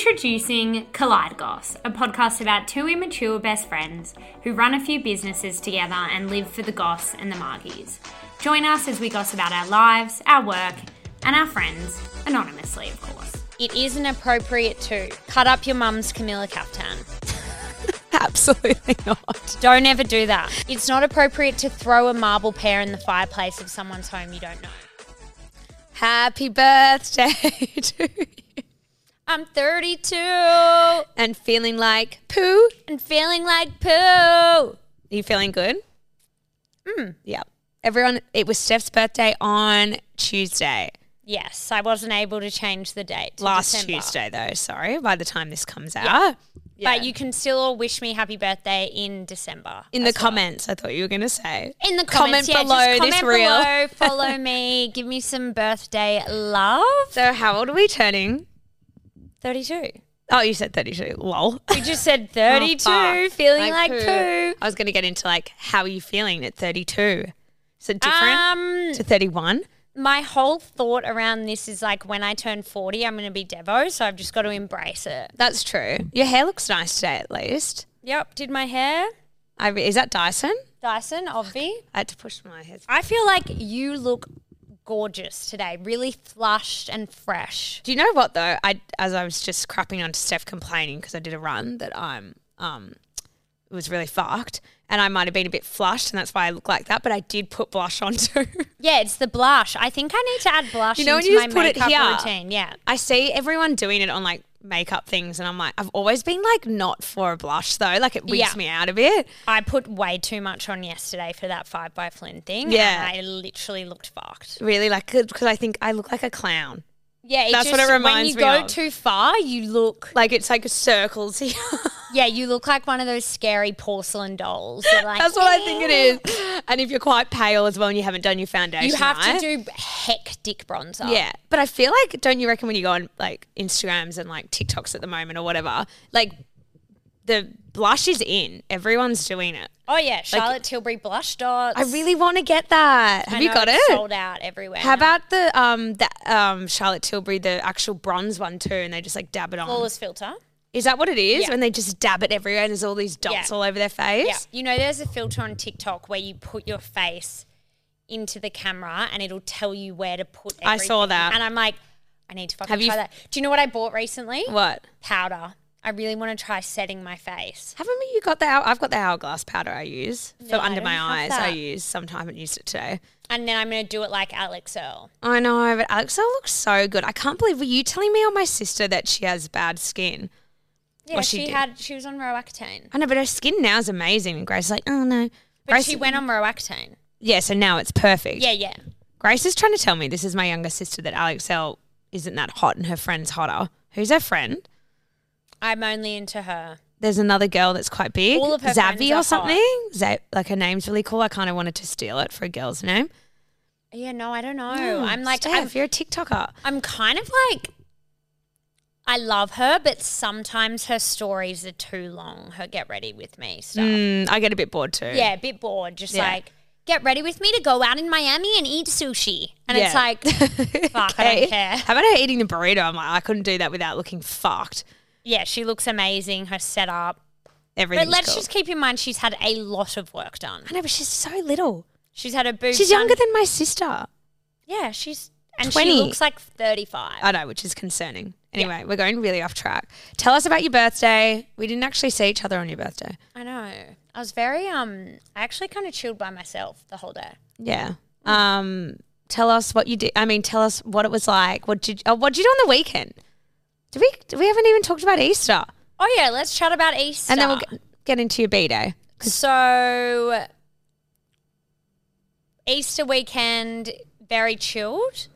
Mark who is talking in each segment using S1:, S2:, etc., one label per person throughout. S1: Introducing Collide Goss, a podcast about two immature best friends who run a few businesses together and live for the goss and the margies. Join us as we goss about our lives, our work, and our friends, anonymously, of course.
S2: It isn't appropriate to cut up your mum's Camilla Captan.
S3: Absolutely not.
S2: Don't ever do that. It's not appropriate to throw a marble pear in the fireplace of someone's home you don't know.
S3: Happy birthday to you.
S2: I'm 32 and
S3: And feeling like poo.
S2: feeling like poo.
S3: you feeling good? Mm. Yeah. Everyone, it was Steph's birthday on Tuesday.
S2: Yes, I wasn't able to change the date. to
S3: Last
S2: December.
S3: Tuesday, though. Sorry. By the time this comes out.
S2: But you can still wish me happy birthday in December.
S3: In the comments, I thought you were going to say.
S2: in the comments,
S3: Comment
S2: yeah,
S3: below
S2: just
S3: this
S2: comment
S3: reel.
S2: below, follow me, give me some birthday love.
S3: So, how old are we turning?
S2: 32.
S3: Oh, you said 32. Lol.
S2: We just
S3: Oh,
S2: said 32, feeling like, poo.
S3: I was going to get into like, how are you feeling at 32? Is it different
S2: Um,
S3: to 31?
S2: my whole thought around this is like when I turn 40, I'm going to be Devo, so I've just got to embrace it.
S3: That's true. Your hair looks nice today, at least.
S2: Yep, did my hair.
S3: I re- is that Dyson?
S2: Dyson, obvi.
S3: I had to push my hair.
S2: I feel like you look gorgeous today, really flushed and fresh.
S3: Do you know what though? I as I was just crapping onto Steph complaining because I did a run that I'm um it was really fucked and I might have been a bit flushed and that's why I look like that. But I did put blush on too.
S2: Yeah, it's the blush. I think I need to add blush
S3: You know, when
S2: into
S3: you
S2: my
S3: just put it
S2: makeup
S3: here.
S2: routine. Yeah.
S3: I see everyone doing it on like makeup things and I'm like I've always been like not for a blush though. Like it wigs
S2: Yeah.
S3: me out a bit.
S2: I put way too much on yesterday for that five by Flynn thing.
S3: Yeah.
S2: and I literally looked fucked.
S3: Really like because I think I look like a clown.
S2: Yeah, it
S3: That's what
S2: just-
S3: it reminds me
S2: When you go
S3: of.
S2: too far, you look
S3: Like it's like circles here.
S2: yeah, you look like one of those scary porcelain dolls. that are like,
S3: That's what I think it is. And if you're quite pale as well and you haven't done your foundation,
S2: You have
S3: right?
S2: to do hectic bronzer.
S3: Yeah, but I feel like don't you reckon when you go on like Instagrams and like TikToks at the moment or whatever, like the blush is in. Everyone's doing it.
S2: Oh yeah, Charlotte Tilbury blush dots.
S3: I really want to get that. Have
S2: I
S3: you
S2: know
S3: got
S2: it's
S3: it?
S2: Sold out everywhere.
S3: How about the um the um Charlotte Tilbury the actual bronze one too, and they just like dab it on.
S2: flawless filter?
S3: Is that what it is?
S2: Yeah.
S3: When they just dab it everywhere and there's all these dots
S2: Yeah.
S3: all over their face.
S2: Yeah. You know, there's a filter on TikTok where you put your face into the camera and it'll tell you where to put. Everything.
S3: I saw that.
S2: and I'm like, I need to fucking
S3: Have you
S2: try
S3: f-
S2: that. Do you know what I bought recently?
S3: What?
S2: Powder. I really want to try setting my face.
S3: Haven't you got the? hour- I've got the hourglass powder I use for
S2: I
S3: under
S2: don't
S3: my eyes.
S2: have
S3: I
S2: that.
S3: use. Sometime I haven't used it today.
S2: And then I'm going to do it like Alex Earl.
S3: I know, but Alexa looks so good. I can't believe were you telling me or my sister that she has bad skin?
S2: Yeah,
S3: Well, she
S2: she,
S3: did.
S2: had she was on Roaccutane.
S3: I know, but her skin now is amazing. And Grace's like, oh no.
S2: But
S3: Grace,
S2: she went on Roaccutane.
S3: yeah, so now it's perfect.
S2: Yeah, yeah.
S3: Grace is trying to tell me this is my younger sister that Alex L isn't that hot and her friend's hotter. Who's her friend?
S2: I'm only into her.
S3: There's another girl that's quite big.
S2: All of her friends
S3: Zavi
S2: are
S3: or
S2: hot.
S3: something. Za- like her name's really cool. I kind of wanted to steal it for a girl's name. Mm.
S2: Yeah, no, I don't know. Oh, I'm like, I'm,
S3: Steph, you're a TikToker.
S2: I'm kind of like, I love her, but sometimes her stories are too long. Her get ready with me stuff.
S3: Mm, I get a bit bored too.
S2: Yeah, a bit bored. Just
S3: Yeah.
S2: like, get ready with me to go out in Miami and eat sushi. And it's
S3: Yeah.
S2: like, fuck, I
S3: Okay.
S2: don't care.
S3: How about her eating the burrito? I'm like, I couldn't do that without looking fucked.
S2: Yeah, she looks amazing, her setup.
S3: Everything's
S2: But let's
S3: cool.
S2: just keep in mind she's had a lot of work done.
S3: I know, but she's so little.
S2: She's had a boobs.
S3: She's
S2: done.
S3: younger than my sister.
S2: Yeah, she's and
S3: 20.
S2: she looks like thirty-five.
S3: I know, which is concerning. Anyway, we're going really off track. Tell us about your birthday. We didn't actually see each other on your birthday.
S2: I know. I was very um. I actually kind of chilled by myself the whole day.
S3: Yeah. Um, tell us what you did. I mean, tell us what it was like. What did you, oh, what did you do on the weekend? Do we do we haven't even talked about Easter?
S2: Oh yeah, let's chat about Easter.
S3: And then we'll get, get into your B day.
S2: so Easter weekend very chilled.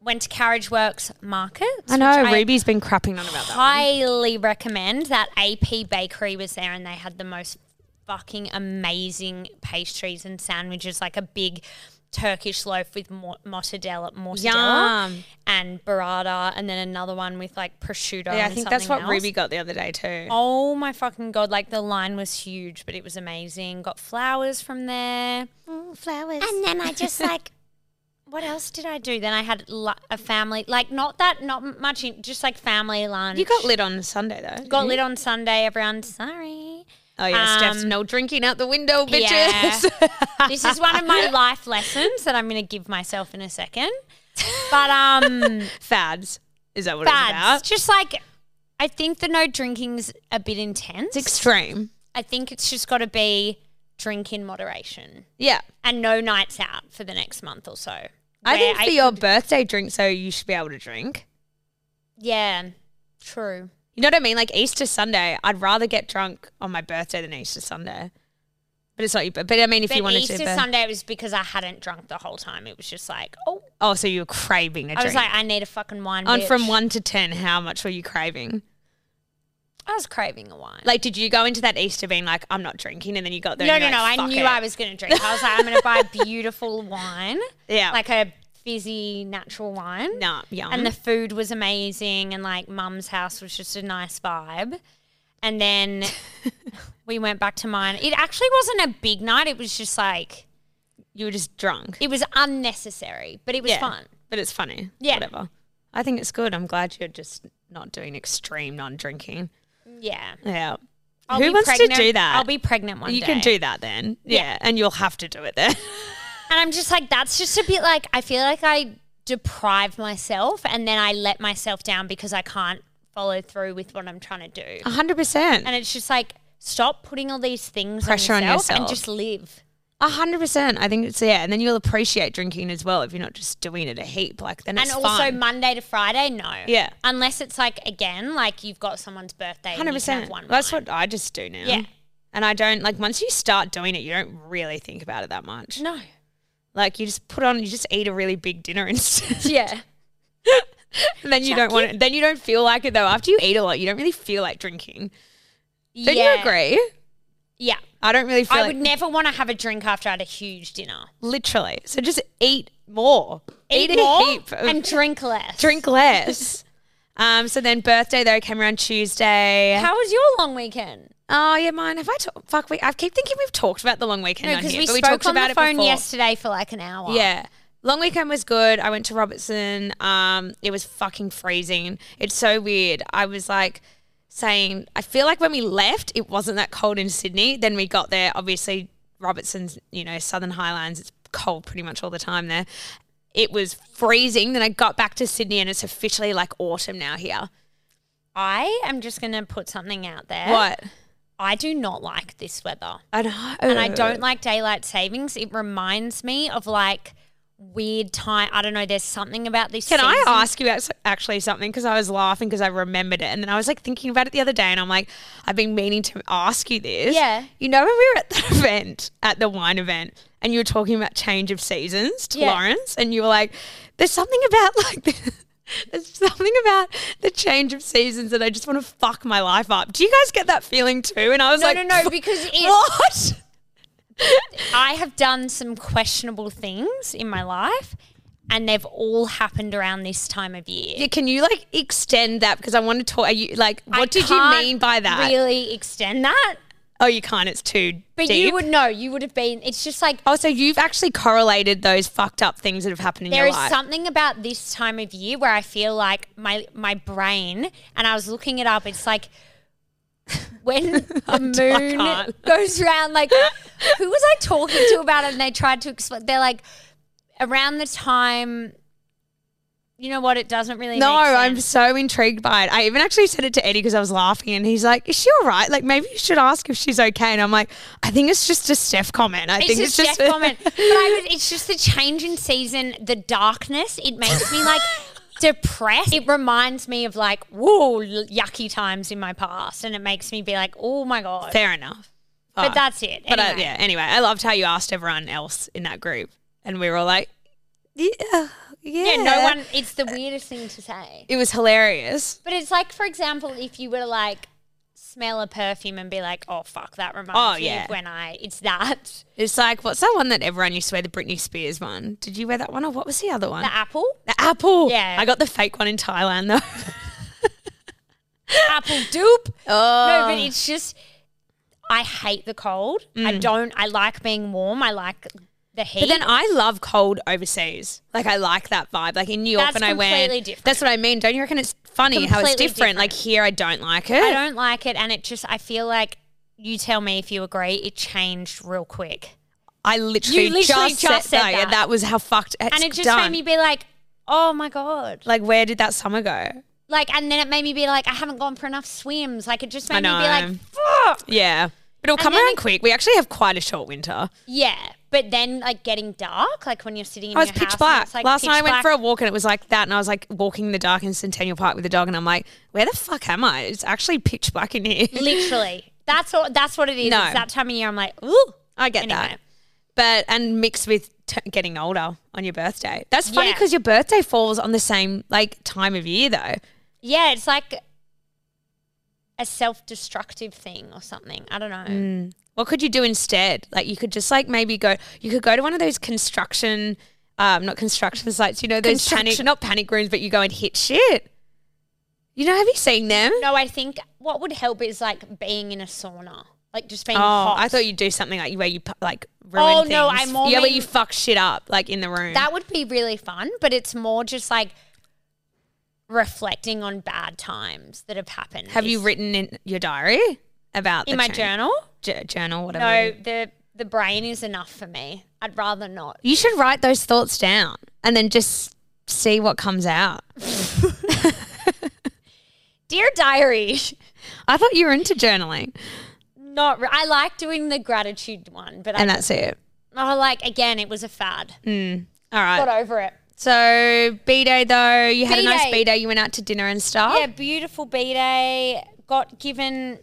S2: Went to Carriage Works Markets.
S3: I know
S2: which
S3: Ruby's been crapping on about that. one.
S2: highly recommend that AP Bakery was there and they had the most fucking amazing pastries and sandwiches, like a big Turkish loaf with mo- mortadella, mortadella
S3: Yum.
S2: and burrata, and then another one with like prosciutto.
S3: Yeah, I
S2: and
S3: think that's what
S2: something else.
S3: Ruby got the other day too.
S2: Oh my fucking god! Like the line was huge, but it was amazing. Got Oh, flowers from there,
S3: flowers.
S2: and then I just like what else did I do? Then I had lu- a family, like not that, not m- much, in, just like family lunch.
S3: You got lit on Sunday though.
S2: got lit on Sunday. Everyone, sorry.
S3: oh yeah, Steph's
S2: um,
S3: no drinking out the window, bitches.
S2: this is one of my life lessons that I'm going to give myself in a second. But um,
S3: Fads. Is that what it's about?
S2: fads, just like I think the no drinking's a bit intense.
S3: It's extreme.
S2: I think it's just got to be drink in moderation
S3: Yeah.
S2: and no nights out for the next month or so.
S3: I
S2: Where
S3: think for your birthday drink, so you should be able to drink.
S2: yeah, true.
S3: You know what I mean? Like Easter Sunday, I'd rather get drunk on my birthday than Easter Sunday. But it's not your. bir- But I mean, if
S2: But
S3: you wanted
S2: Easter
S3: to. but-
S2: Sunday it was because I hadn't drunk the whole time. It was just like, oh,
S3: oh, so you were craving a drink.
S2: I was like, I need a fucking wine.
S3: on
S2: bitch.
S3: from one to ten, how much were you craving?
S2: I was craving a wine.
S3: Like, did you go into that Easter being like, I'm not drinking, and then you got there?
S2: no,
S3: and
S2: no,
S3: you're
S2: no.
S3: like,
S2: I
S3: "Fuck
S2: knew
S3: it."
S2: I was going to drink. I was like, I'm going to buy beautiful wine,
S3: Yeah.
S2: like a fizzy natural wine.
S3: nah, yum.
S2: And the food was amazing, and like mum's house was just a nice vibe. And then we went back to mine. It actually wasn't a big night. It was just like
S3: you were just drunk.
S2: it was unnecessary, but it was
S3: Yeah.
S2: fun.
S3: But it's funny.
S2: Yeah.
S3: Whatever. I think it's good. I'm glad you're just not doing extreme non-drinking.
S2: Yeah.
S3: Yeah.
S2: I'll
S3: Who
S2: be
S3: wants
S2: pregnant.
S3: to do that?
S2: I'll be pregnant one
S3: You
S2: day.
S3: can do that then. Yeah. And you'll have to do it then.
S2: And I'm just like, that's just a bit like, I feel like I deprive myself and then I let myself down because I can't follow through with what I'm trying to do.
S3: 100%.
S2: And it's just like, stop putting all these things
S3: Pressure on
S2: on, yourself and
S3: yourself.
S2: just live.
S3: 100%. I think it's, yeah. And then you'll appreciate drinking as well if you're not just doing it a heap. Like, then it's
S2: and also
S3: fun.
S2: Monday to Friday, no.
S3: Yeah.
S2: Unless it's like, again, like you've got someone's birthday. 100%. And you can
S3: 100%.
S2: have one
S3: That's
S2: wine.
S3: what I just do now.
S2: Yeah.
S3: And I don't, like, once you start doing it, you don't really think about it that much.
S2: No.
S3: Like, you just put on, you just eat a really big dinner instead.
S2: Yeah.
S3: and then you don't want it. Then you don't feel like it, though. After you eat a lot, you don't really feel like drinking. Don't
S2: yeah.
S3: you agree?
S2: Yeah.
S3: I don't really feel
S2: I
S3: like,
S2: would never want to have a drink after I had a huge dinner.
S3: literally. So just eat more.
S2: Eat more
S3: a heap of
S2: and drink less.
S3: drink less. um, so then birthday though came around Tuesday.
S2: How was your long weekend?
S3: oh yeah, mine. Have I talked? Fuck, we. I keep thinking we've talked about the long weekend
S2: No,
S3: on
S2: because
S3: here,
S2: we
S3: but
S2: spoke
S3: we talked
S2: on
S3: about
S2: the phone
S3: it before.
S2: yesterday for like an hour.
S3: Yeah. Long weekend was good. I went to Robertson. Um, it was fucking freezing. It's so weird. I was like saying, I feel like when we left, it wasn't that cold in Sydney. Then we got there. Obviously, Robertson's, you know, Southern Highlands, it's cold pretty much all the time there. It was freezing. Then I got back to Sydney and it's officially like autumn now here.
S2: I am just going to put something out there.
S3: What?
S2: I do not like this weather.
S3: I know.
S2: And I don't like daylight savings. It reminds me of like weird time. I don't know. There's something about this.
S3: Can I
S2: season.
S3: ask you ac- actually something? Because I was laughing because I remembered it. And then I was like thinking about it the other day and I'm like, I've been meaning to ask you this.
S2: Yeah.
S3: You know, when we were at the event, at the wine event, and you were talking about change of seasons to
S2: Yeah.
S3: Lawrence, and you were like, there's something about like There's something about the change of seasons that I just want to fuck my life up. Do you guys get that feeling too? And I was
S2: No,
S3: like,
S2: no, no.
S3: "Fuck,
S2: Because it,
S3: What?
S2: I have done some questionable things in my life, and they've all happened around this time of year.
S3: Yeah, Can you like extend that? Because I want to talk. Are you like,
S2: I
S3: what did you
S2: can't
S3: mean by that?
S2: Really extend that.
S3: Oh, you can't. It's too
S2: But
S3: deep.
S2: you would know. You would have been. It's just like
S3: oh, so you've actually correlated those fucked up things that have happened in
S2: There
S3: your
S2: is
S3: life.
S2: something about this time of year where I feel like my my brain, and I was looking it up. It's like when the
S3: can't.
S2: moon goes round. Like who was I talking to about it? And they tried to explain. They're like around the time. You know what? It doesn't really.
S3: no,
S2: make
S3: I'm
S2: sense.
S3: so intrigued by it. I even actually said it to Eddie because I was laughing, and he's like, "Is she all right? Like, maybe you should ask if she's okay." And I'm like, "I think it's just a Steph comment. I think
S2: It's
S3: it's
S2: just,
S3: just
S2: Jeff comment. But I was, it's just the change in season, the darkness. It makes me like depressed. It reminds me of like, whoa, l- yucky times in my past. And it makes me be like, oh my God.
S3: fair enough."
S2: But
S3: Fuck.
S2: that's it.
S3: But
S2: Anyway.
S3: I, yeah, anyway, I loved how you asked everyone else in that group, and we were all like, "Yeah, yeah."
S2: Yeah, no one, it's the weirdest thing to say.
S3: It was hilarious.
S2: But it's like, for example, if you were to like smell a perfume and be like, oh fuck, that reminds
S3: Oh,
S2: me
S3: yeah.
S2: of when I, it's that.
S3: It's like, what's that one that everyone used to wear? The Britney Spears one. Did you wear that one, or what was the other one?
S2: The apple,
S3: The apple.
S2: Yeah.
S3: I got the fake one in Thailand though.
S2: apple dupe.
S3: Oh.
S2: No, but it's just I hate the cold. I don't. I like being warm. I like the heat.
S3: Mm. But then I love cold overseas. Like I like that vibe. Like in New York
S2: That's
S3: when I went,
S2: completely different.
S3: that's what I mean. Don't you reckon it's funny how it's
S2: Completely
S3: different? Like here, I don't like it.
S2: I don't like it, and it just I feel like you tell me if you agree. It changed real quick,
S3: I literally,
S2: You literally
S3: just,
S2: just
S3: said
S2: said
S3: that. Yeah,
S2: that.
S3: that was how fucked. It's
S2: and it just
S3: done.
S2: made me be like, oh my god,
S3: like, where did that summer go?
S2: like, and then it made me be like, I haven't gone for enough swims. Like, it just
S3: I
S2: made me be like,
S3: know.
S2: fuck,
S3: Yeah, but it'll come
S2: then
S3: around
S2: it-
S3: quick. We actually have quite a short winter.
S2: yeah. But then like getting dark, like when you're sitting in
S3: I was
S2: your
S3: pitch
S2: house, and
S3: black.
S2: it's, like,
S3: Last
S2: pitch
S3: night I went
S2: black.
S3: for a walk and it was like that, and I was like walking in the dark in Centennial Park with the dog, and I'm like, where the fuck am I? It's actually pitch black in here.
S2: literally. That's all. That's what it is.
S3: No.
S2: It's that time of year. I'm like, ooh.
S3: I get that.
S2: Anyway.
S3: But and mixed with t- getting older on your birthday. That's funny
S2: Yeah.
S3: because your birthday falls on the same like time of year though.
S2: Yeah, it's like a self-destructive thing or something. I don't know.
S3: Mm. What could you do instead? Like you could just like maybe go. You could go to one of those construction, um, not construction sites. You know those panic,
S2: Construction-
S3: not panic rooms, but you go and hit shit. You know, have you seen them?
S2: No, I think what would help is like being in a sauna, like just being
S3: Oh,
S2: hot.
S3: I thought you'd do something like where you pu- like ruin
S2: Oh,
S3: things.
S2: no, I more
S3: yeah, where
S2: mean-
S3: you fuck shit up like in the room.
S2: that would be really fun, but it's more just like reflecting on bad times that have happened.
S3: have you
S2: this-
S3: written in your diary about
S2: in
S3: the
S2: my
S3: change-
S2: journal?
S3: J- journal whatever? it
S2: No,
S3: is?
S2: the the brain is enough for me. I'd rather not.
S3: You should write those thoughts down and then just see what comes out.
S2: Dear diary,
S3: I thought you were into journaling,
S2: not. Re- I like doing the gratitude one, but I,
S3: and that's it.
S2: oh, like again, it was a fad.
S3: All
S2: Got
S3: right.
S2: over it.
S3: So B day though, you had a nice
S2: B-Day.
S3: B day. You went out to dinner and stuff.
S2: Yeah, beautiful b day. Got given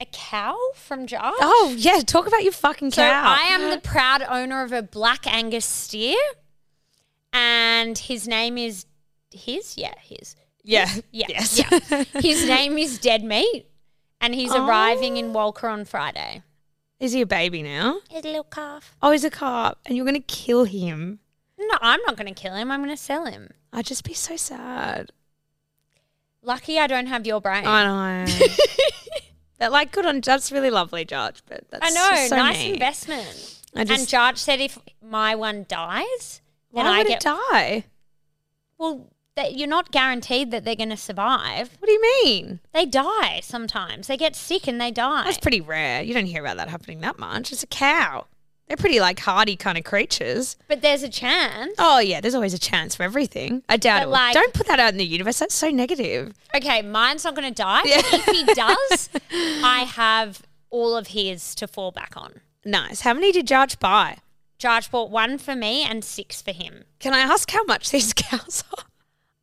S2: a cow from Josh.
S3: Oh yeah, talk about your fucking
S2: So
S3: cow.
S2: I am the proud owner of a black Angus steer, and his name is his. Yeah, his.
S3: yeah.
S2: Yeah,
S3: Yes.
S2: yeah. His name is Dead Meat, and he's arriving in Walker on Friday.
S3: Is he Oh. a baby now?
S2: His little calf.
S3: Oh, he's a cop, and you're gonna kill him.
S2: No, I'm not going to kill him. I'm going to sell him.
S3: I'd just be so sad.
S2: Lucky I don't have your brain.
S3: I know. but like, good on. That's really lovely, George. But that's
S2: I know,
S3: just so
S2: nice
S3: mean.
S2: investment.
S3: I just-
S2: and Judge said if my one dies, then
S3: Why
S2: I
S3: would
S2: get
S3: it die?
S2: well. That you're not guaranteed that they're going to survive.
S3: What do you mean?
S2: They die sometimes. They get sick and they die.
S3: That's pretty rare. You don't hear about that happening that much. It's a cow. They're pretty like hardy kind of creatures.
S2: But there's a chance.
S3: Oh yeah, there's always a chance for everything. I doubt
S2: But,
S3: it. will-
S2: like-
S3: don't put that out in the universe. That's so negative.
S2: Okay, mine's not going to die. But if he does, I have all of his to fall back on.
S3: Nice. How many did Judge buy?
S2: Judge bought one for me and six for him.
S3: Can I ask how much these cows are?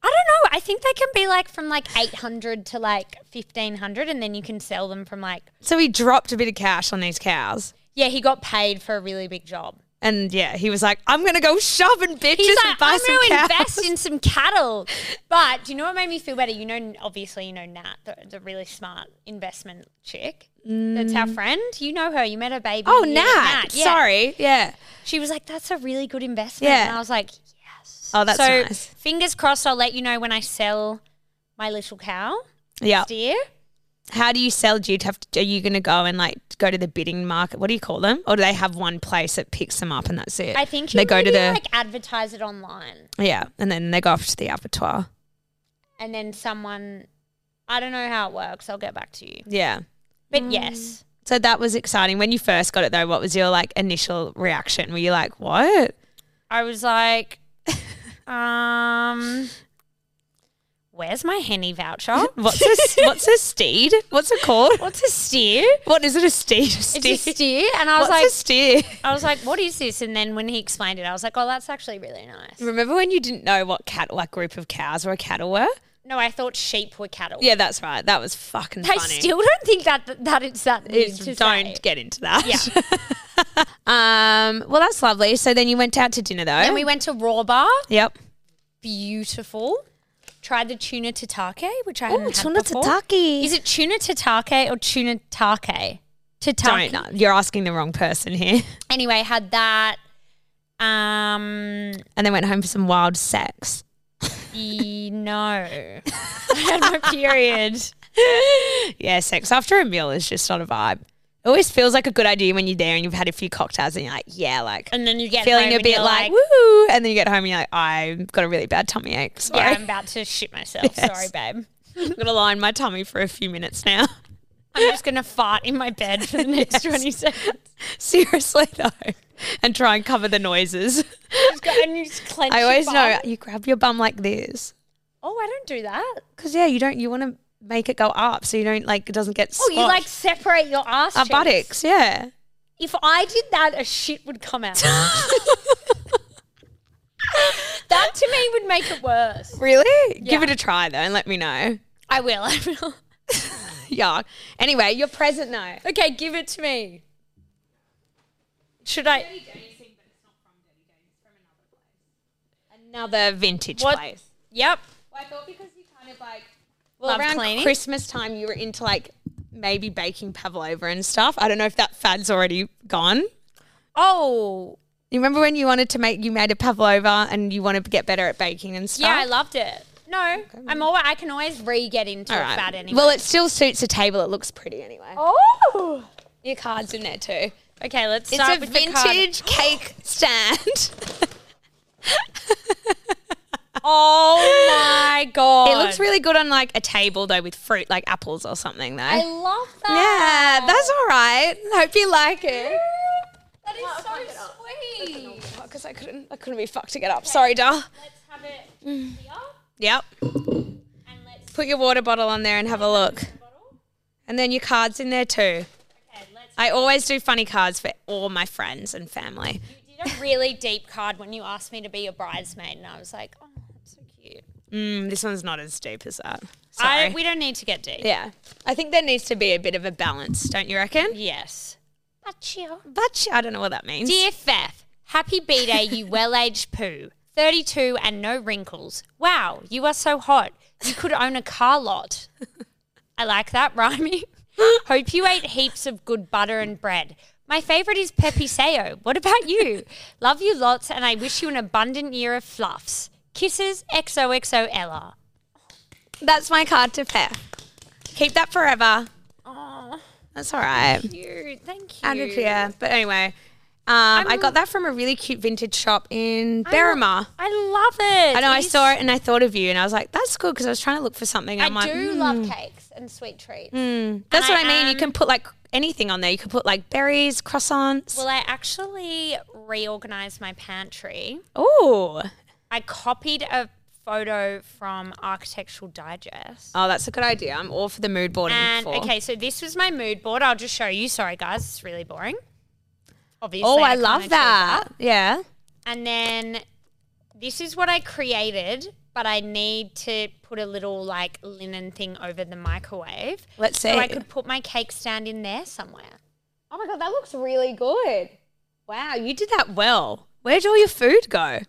S2: I don't know. I think they can be like from like 800 to like 1500 and then you can sell them from like
S3: So he dropped a bit of cash on these cows.
S2: Yeah, he got paid for a really big job.
S3: And yeah, he was like, I'm gonna go shopping bitches
S2: He's
S3: and
S2: like,
S3: buy
S2: I'm
S3: some
S2: going to
S3: cows.
S2: invest in some cattle. But do you know what made me feel better? You know, obviously, you know Nat, the, the really smart investment chick. That's our friend. You know her. You met her baby.
S3: Mm. Oh,
S2: You
S3: Nat.
S2: met Yeah.
S3: Sorry. Yeah.
S2: She was like, that's a really good investment.
S3: Yeah.
S2: And I was like, yes.
S3: Oh, that's
S2: so
S3: nice.
S2: fingers crossed, I'll let you know when I sell my little cow,
S3: Yeah.
S2: dear.
S3: How do you sell? Do you have to, are you going to go and like go to the bidding market? What do you call them? Or do they have one place that picks them up and that's it?
S2: I think
S3: they go to the
S2: like advertise it online.
S3: yeah, and then they go off to the abattoir.
S2: And then someone, I don't know how it works. I'll get back to you.
S3: Yeah.
S2: But
S3: Mm.
S2: yes.
S3: So that was exciting. When you first got it though, what was your like initial reaction? Were you like, "What?"
S2: I was like, um, where's my henny voucher?
S3: What's a s- what's a steed? What's it called?
S2: What's a steer?
S3: What is it? A steed? A
S2: It's
S3: steer?
S2: a steer, and I was
S3: What's a steer?
S2: like, I was like, what is this? And then when he explained it, I was like, oh, that's actually really nice.
S3: Remember when you didn't know what cat like group of cows or a cattle were?
S2: No, I thought sheep were cattle.
S3: Yeah, that's right. That was fucking
S2: I
S3: funny.
S2: still don't think that that, that it's that weird
S3: is
S2: to
S3: don't
S2: say.
S3: get into that.
S2: Yeah.
S3: um. Well, that's lovely. So then you went out to dinner though.
S2: Then we went to Raw Bar.
S3: yep.
S2: Beautiful. Tried the tuna tatake, which I haven't had before.
S3: tataki.
S2: Is it tuna tatake or tuna take? Tatake.
S3: Don't. No, you're asking the wrong person here.
S2: Anyway, had that. Um,
S3: And then went home for some wild sex.
S2: e- no, I had my period.
S3: Yeah, sex after a meal is just not a vibe. It always feels like a good idea when you're there and you've had a few cocktails and you're like, yeah, like
S2: And then you get
S3: feeling
S2: home
S3: a
S2: and
S3: bit
S2: you're
S3: like, woo, and then you get home and you're like, I've got a really bad tummy ache. Sorry.
S2: yeah, I'm about to shit myself. Sorry,
S3: Yes.
S2: babe.
S3: I'm gonna lie in my tummy for a few minutes now.
S2: I'm just gonna fart in my bed for the next
S3: Yes.
S2: 20 seconds.
S3: Seriously though, and try and cover the noises.
S2: Just go- and you just clench
S3: I
S2: your
S3: always know
S2: bum.
S3: you grab your bum like this
S2: Oh, I don't do that.
S3: because yeah, you don't. You want to make it go up so you don't like it doesn't get.
S2: Oh, you like
S3: squashed.
S2: separate your ass
S3: our
S2: cheeks.
S3: buttocks, yeah.
S2: If I did that, a shit would come out. that to me would make it worse.
S3: Really? Give
S2: Yeah.
S3: it a try though, and let me know.
S2: I will. I will.
S3: Yeah. Anyway, your present now.
S2: Okay, give it to me. Should I?
S3: Another vintage
S2: What-
S3: place.
S2: Yep.
S3: Well, I thought because you kind of like
S2: Well,
S3: around Christmas time, you were into like maybe baking pavlova and stuff. I don't know if that fad's already gone.
S2: Oh,
S3: You remember when you wanted to make you made a pavlova and you wanted to get better at baking and stuff.
S2: yeah, I loved it. No, I'm always. I can always re-get into
S3: All
S2: a
S3: right.
S2: fat anyway.
S3: Well, it still suits the table. It looks pretty anyway.
S2: oh.
S3: Your card's in there too.
S2: Okay, let's
S3: It's
S2: start
S3: a
S2: with the card.
S3: vintage cake stand.
S2: Oh my god!
S3: It looks really good on like a table though with fruit, like apples or something though.
S2: I love that.
S3: yeah, that's all right. Hope you like it.
S2: That is
S3: Oh, fuck it
S2: so
S3: up.
S2: sweet.
S3: Because I couldn't, I couldn't be fucked to get up. Sorry, doll.
S2: Let's have it
S3: Mm.
S2: here
S3: Yep.
S2: and let's
S3: Put your water bottle on there and have a look,
S2: bottle.
S3: and then your cards in there too.
S2: Okay, let's.
S3: I always do funny cards for all my friends and family.
S2: You did a really deep card when you asked me to be your bridesmaid, and I was like, oh, that's so cute.
S3: Mm, this one's not as deep as that. Sorry.
S2: I, we don't need to get deep.
S3: yeah, I think there needs to be a bit of a balance, don't you reckon?
S2: Yes. But you.
S3: But I don't know what that means.
S2: Dear Fef, happy B day, you well aged poo. 32 and no wrinkles. Wow, you are so hot. You could own a car lot. I like that rhyming. Hope you ate heaps of good butter and bread. My favourite is Pepe Seo. What about you? Love you lots, and I wish you an abundant year of fluffs. Kisses, XOXO Ella.
S3: That's my card to pair. Keep that forever.
S2: Oh,
S3: That's all right.
S2: cute. Thank you.
S3: Out of here. But anyway, um, I got that from a really cute vintage shop in Berrima.
S2: I love it.
S3: I know
S2: It
S3: I
S2: is
S3: saw it and I thought of you and I was like, that's good because I was trying to look for something.
S2: I
S3: I'm like,
S2: do
S3: mm,
S2: love cakes and sweet treats.
S3: That's
S2: and
S3: what
S2: I
S3: I mean. you
S2: am-
S3: can put like anything on there. You could put like berries, croissants.
S2: Well, I actually reorganized my pantry.
S3: oh,
S2: I copied a photo from Architectural Digest.
S3: oh, that's a good idea. I'm all for the mood boarding.
S2: And
S3: for.
S2: okay, so this was my mood board. I'll just show you. Sorry, guys, it's really boring. Obviously.
S3: Oh, I
S2: can't
S3: love
S2: achieve
S3: that. Yeah.
S2: And then this is what I created, but I need to put a little like linen thing over the microwave.
S3: Let's see.
S2: So I could put my cake stand in there somewhere.
S3: oh my god, that looks really good. Wow, you did that well. Where'd all your food go?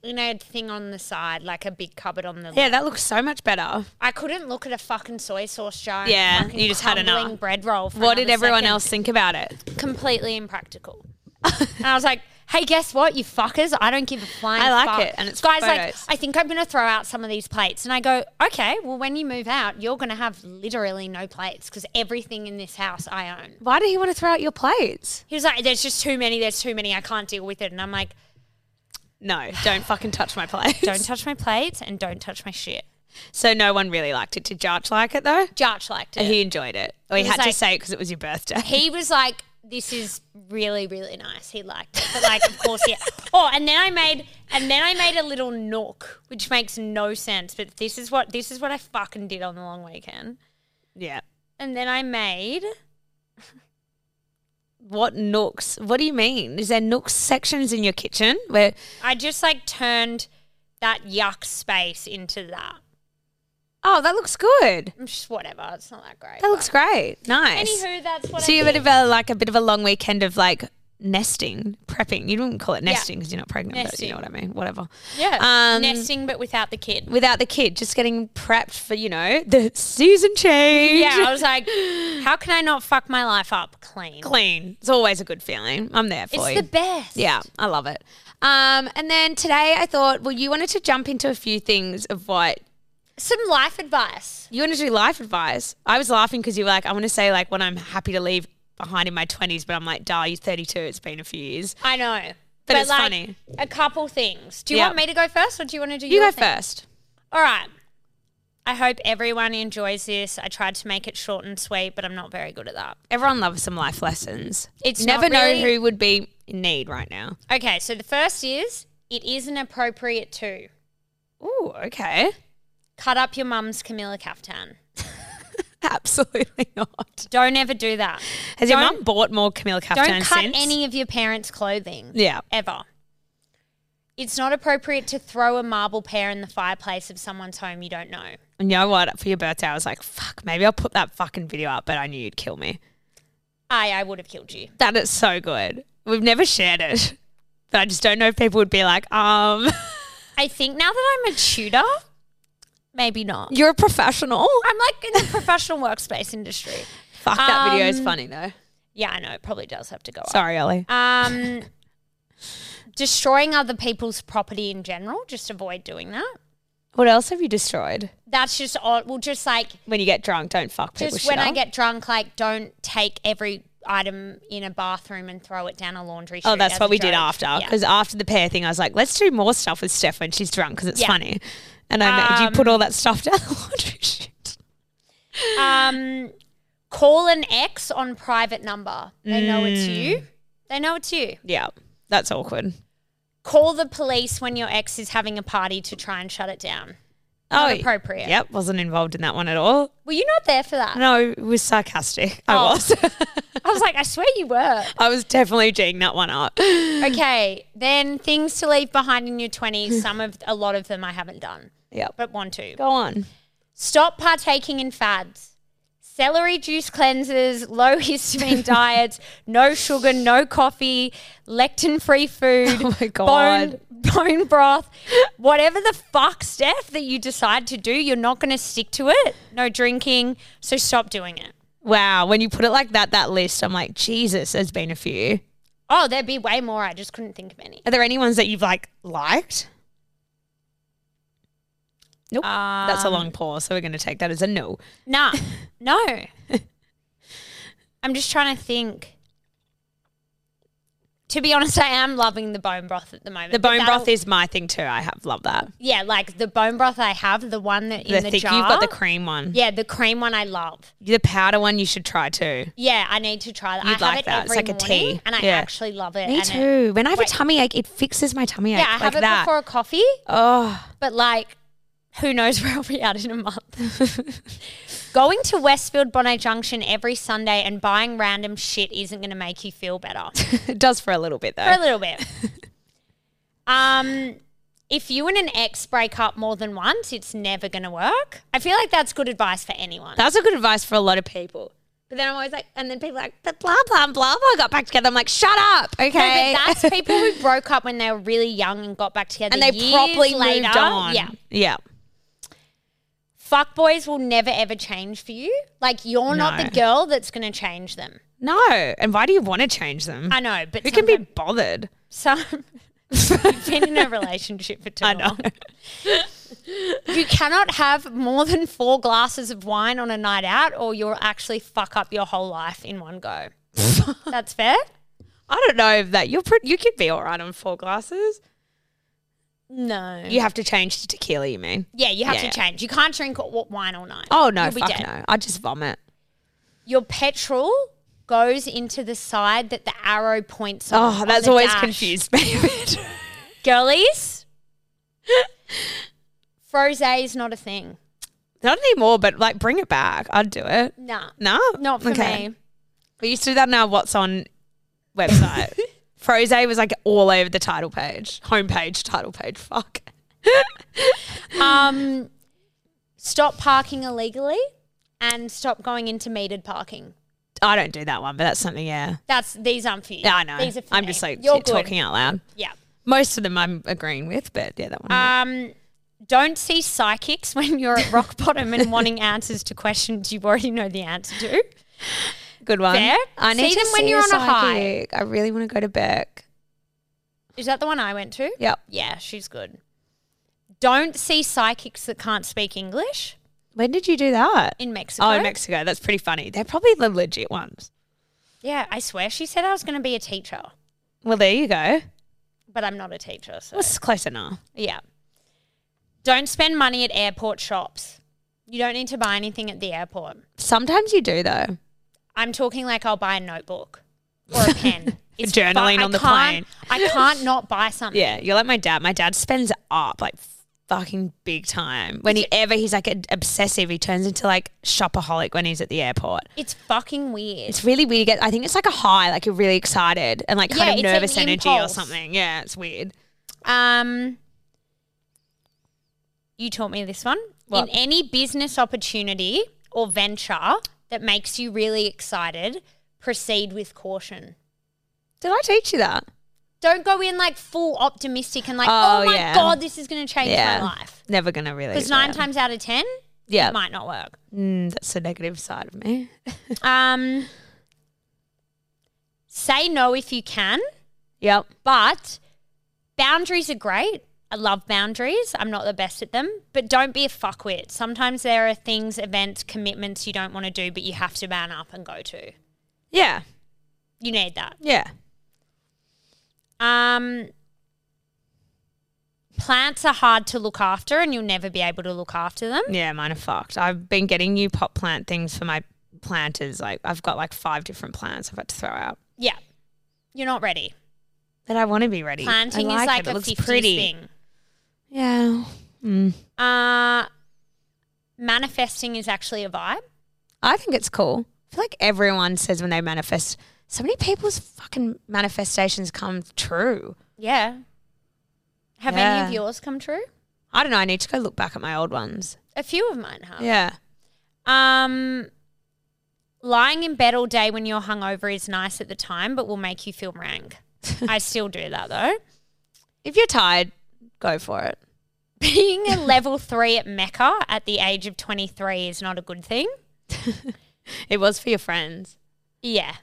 S2: You know, thing on the side, like a big cupboard on the
S3: Yeah, that looks so much better.
S2: I couldn't look at a fucking soy sauce jar. and
S3: Yeah,
S2: fucking
S3: you just had
S2: crumbling
S3: enough.
S2: bread roll. For
S3: What did
S2: another
S3: everyone
S2: second.
S3: else think about it?
S2: Completely impractical. and I was like, "Hey, guess what, you fuckers? I don't give a flying."
S3: I like
S2: fuck."
S3: it, and it's
S2: guys like,
S3: photos.
S2: I think I'm gonna throw out some of these plates, and I go, "Okay, well, when you move out, you're gonna have literally no plates because everything in this house I own."
S3: Why did he want to throw out your plates?
S2: He was like, "There's just too many. There's too many. I can't deal with it." And I'm like,
S3: No, don't fucking touch my plates.
S2: "Don't touch my plates and don't touch my shit."
S3: So no one really liked it. Did Jarch like it though?
S2: Jarch liked it.
S3: He enjoyed it. Or he,
S2: was
S3: had to
S2: like-
S3: say it because it was your birthday.
S2: he was like, "This is really, really nice." He liked it, but like, of course, yeah. Oh, and then I made, and then I made a little nook, which makes no sense. But this is what this is what I fucking did on the long weekend.
S3: yeah.
S2: And then I made
S3: What nooks? What do you mean? Is there nooks sections in your kitchen where?
S2: I just like turned that yuck space into that.
S3: Oh, that looks good.
S2: I'm Just whatever, it's not that great.
S3: That looks great. Nice.
S2: Anywho, that's what
S3: so
S2: I
S3: you
S2: did.
S3: have a bit of a like a bit of a long weekend of like nesting, prepping. You don't call it nesting because you're not pregnant, but you know what I mean. Whatever.
S2: yeah,
S3: um,
S2: nesting but without the kid.
S3: Without the kid, just getting prepped for you know the season change.
S2: Yeah, I was like, how can I not fuck my life up clean?
S3: clean. It's always a good feeling. I'm there for
S2: It's
S3: you.
S2: the best.
S3: Yeah, I love it. Um, and then today I thought, well, you wanted to jump into a few things of what
S2: Some life advice.
S3: you wanted to do life advice. I was laughing because you were like, I want to say like when I'm happy to leave behind in my 20s, but I'm like, "Dar, you're 32. It's been a few years.
S2: I know.
S3: But it's funny.
S2: A couple things. Do you
S3: Yeah.
S2: want me to go first or do you want to do
S3: You
S2: your
S3: go
S2: thing?
S3: first.
S2: All right. I hope everyone enjoys this. I tried to make it short and sweet, but I'm not very good at that.
S3: Everyone loves some life lessons.
S2: It's
S3: never
S2: not
S3: know
S2: really-
S3: who would be in need right now.
S2: Okay, so the first is it isn't appropriate to
S3: Ooh, okay.
S2: cut up your mum's Camilla caftan.
S3: Absolutely not.
S2: Don't ever do that.
S3: Has your
S2: Don't-
S3: mum bought more Camille Caftan
S2: Don't cut
S3: since?
S2: any of your parents' clothing.
S3: Yeah.
S2: Ever. It's not appropriate to throw a marble pear in the fireplace of someone's home you don't know.
S3: And you know what? For your birthday, I was like, fuck, maybe I'll put that fucking video up, but I knew you'd kill me.
S2: I I would have killed you.
S3: That is so good. We've never shared it. But I just don't know if people would be like, um,
S2: I think now that I'm a tutor, maybe not.
S3: you're a professional.
S2: I'm like in the professional workspace industry.
S3: Ah, Fuck, that video is
S2: Um,
S3: funny though.
S2: Yeah, I know. It probably does have to go up.
S3: Sorry, Ollie.
S2: Um, destroying other people's property in general, just avoid doing that.
S3: What else have you destroyed?
S2: That's just odd. Well, just like,
S3: When you get drunk, don't fuck people.
S2: just when
S3: shit
S2: I
S3: up.
S2: get drunk, like, don't take every item in a bathroom and throw it down a laundry chute.
S3: Oh, that's
S2: as
S3: what
S2: a
S3: we did
S2: joke.
S3: after.
S2: Yeah.
S3: Because after the pear thing, I was like, let's do more stuff with Steph when she's drunk because it's
S2: Yeah.
S3: funny. And I made you put all that stuff down the laundry chute.
S2: Um, call an ex on private number. They know it's you. They know it's you.
S3: Yeah, that's awkward.
S2: Call the police when your ex is having a party to try and shut it down. Not appropriate.
S3: Oh, Yep, wasn't involved in that one at all.
S2: Were you not there for that?
S3: No, it was sarcastic. I
S2: Oh.
S3: was.
S2: I was like, I swear you were.
S3: I was definitely G'ing that one up.
S2: Okay, then things to leave behind in your 20s. Some of a lot of them I haven't done,
S3: Yep.
S2: but want to.
S3: Go on.
S2: Stop partaking in fads. Celery juice cleanses, low histamine diets, no sugar, no coffee, lectin free food,
S3: Oh my God.
S2: bone, bone broth, whatever the fuck, Steph, that you decide to do, you're not going to stick to it. No drinking. So stop doing it.
S3: Wow, when you put it like that, that list, I'm like, Jesus, there's been a few.
S2: Oh, there'd be way more. I just couldn't think of any.
S3: Are there any ones that you've like liked? Nope.
S2: Uh,
S3: That's
S2: Um,
S3: a long pause, so we're going to take that as a no.
S2: Nah, no. I'm just trying to think. To be honest, I am loving the bone broth at the moment.
S3: The
S2: but
S3: bone
S2: that'll-
S3: broth is my thing too. I have loved that.
S2: yeah, like the bone broth I have, the one that in
S3: The,
S2: the,
S3: thick,
S2: jar.
S3: you've got the cream one.
S2: yeah, the cream one I love.
S3: The powder one you should try too.
S2: Yeah, I need to try that.
S3: You'd
S2: I have
S3: like
S2: it
S3: that. It's
S2: every
S3: like a tea.
S2: morning, and I
S3: Yeah.
S2: actually love it.
S3: Me
S2: and it-
S3: too. When I have
S2: Wait.
S3: a tummy ache, it fixes my tummy ache.
S2: yeah, I
S3: like
S2: have it
S3: that.
S2: before a coffee,
S3: Oh,
S2: but like, who knows where I'll be at in a month. Going to Westfield Bondi Junction every Sunday and buying random shit isn't going to make you feel better.
S3: it does for a little bit though.
S2: for a little bit. um, if you and an ex break up more than once, it's never going to work. I feel like that's good advice for anyone.
S3: That's a good advice for a lot of people. But then I'm always like, and then people are like, but blah blah blah blah got back together. I'm like, shut up,
S2: No,
S3: okay?
S2: but that's people who broke up when they were really young and got back together.
S3: and they
S2: years
S3: properly
S2: later.
S3: moved on.
S2: Yeah,
S3: yeah.
S2: fuck boys will never ever change for you. Like you're not
S3: No.
S2: the girl that's going to change them.
S3: No, and why do you want to change them?
S2: I know, but
S3: Who can be bothered?
S2: some. You've been in a relationship for too
S3: I know.
S2: long. You cannot have more than four glasses of wine on a night out, or you'll actually fuck up your whole life in one go. That's fair.
S3: I don't know if that you're pretty, you could be all right on four glasses.
S2: No.
S3: You have to change to tequila, you mean?
S2: yeah, you have
S3: Yeah,
S2: to
S3: yeah.
S2: change. You can't drink w- wine all night.
S3: Oh no,
S2: You'll be
S3: fuck
S2: dead.
S3: no. I just vomit.
S2: Your petrol goes into the side that the arrow points. on,
S3: Oh,
S2: on
S3: that's
S2: the
S3: always
S2: dash.
S3: confused me. a bit.
S2: girlies. Froze is not a thing.
S3: Not anymore, but like bring it back. I'd do it.
S2: Nah,
S3: No,
S2: not for
S3: Okay.
S2: me.
S3: We used to do that on our What's On website. Froze was like all over the title page, homepage, title page. Fuck.
S2: Um, stop parking illegally and stop going into metered parking.
S3: I don't do that one, but that's something, yeah.
S2: That's these aren't for you.
S3: Yeah, I know.
S2: These are for
S3: I'm
S2: me.
S3: just like
S2: You're
S3: t- talking out loud.
S2: Yeah.
S3: Most of them I'm agreeing with, but yeah, that one.
S2: Um, don't see psychics when you're at rock bottom and wanting answers to questions you already know the answer to.
S3: good one.
S2: fair.
S3: I need
S2: See
S3: to
S2: them when
S3: see
S2: you're on a high.
S3: psychic. I really want to go to Beck.
S2: Is that the one I went to?
S3: Yep.
S2: Yeah, she's good. Don't see psychics that can't speak English
S3: When did you do that?
S2: in Mexico.
S3: Oh, in Mexico. That's pretty funny. They're probably the legit ones.
S2: Yeah, I swear she said I was going to be a teacher,
S3: Well, there you go.
S2: but I'm not a teacher. So
S3: That's close enough.
S2: yeah. Don't spend money at airport shops. You don't need to buy anything at the airport.
S3: Sometimes you do though.
S2: I'm talking like I'll buy a notebook or a pen. fu-
S3: Journaling
S2: I
S3: on the
S2: can't-
S3: plane.
S2: I can't not buy something.
S3: Yeah, you're like my dad. My dad spends up like fucking big time. Whenever he's like a- obsessive, he turns into like shopaholic when he's at the airport.
S2: It's fucking weird.
S3: It's really weird. You get- I think it's like a high, like you're really excited and like kind
S2: Yeah,
S3: of
S2: it's an
S3: nervous energy
S2: impulse.
S3: or something. Yeah, it's weird.
S2: Um, you taught me this one.
S3: What?
S2: In any business opportunity or venture that makes you really excited, proceed with caution.
S3: Did I teach you that?
S2: Don't go in like full optimistic and like, oh,
S3: Oh,
S2: my
S3: yeah.
S2: god, this is going to change
S3: Yeah.
S2: my life.
S3: Never gonna really.
S2: Because
S3: do
S2: nine
S3: it.
S2: times out of ten,
S3: yeah,
S2: it might not work.
S3: mm, that's the negative side of me.
S2: Um, say no if you can,
S3: Yep.
S2: but boundaries are great. I love boundaries. I'm not the best at them, but don't be a fuckwit. Sometimes there are things, events, commitments you don't want to do, but you have to man up and go to.
S3: Yeah.
S2: You need that.
S3: Yeah.
S2: Um, plants are hard to look after, and you'll never be able to look after them.
S3: Yeah. Mine are fucked. I've been getting new pot plant things for my planters. Like I've got like five different plants I've got to throw out.
S2: Yeah, you're not ready.
S3: But I want to be ready. I
S2: Planting is like
S3: it. It
S2: a
S3: looks
S2: 50s
S3: pretty.
S2: thing.
S3: Yeah. Mm.
S2: Uh, manifesting is actually a vibe.
S3: I think it's cool. I feel like everyone says when they manifest, so many people's fucking manifestations come true.
S2: Yeah. Have any of
S3: Yeah.
S2: yours come true?
S3: I don't know. I need to go look back at my old ones.
S2: A few of mine have.
S3: Yeah.
S2: Um, lying in bed all day when you're hungover is nice at the time, but will make you feel rank. I still do that though.
S3: If you're tired, go for it.
S2: Being a level three at Mecca at the age of 23 is not a good thing.
S3: It was for your friends.
S2: Yeah.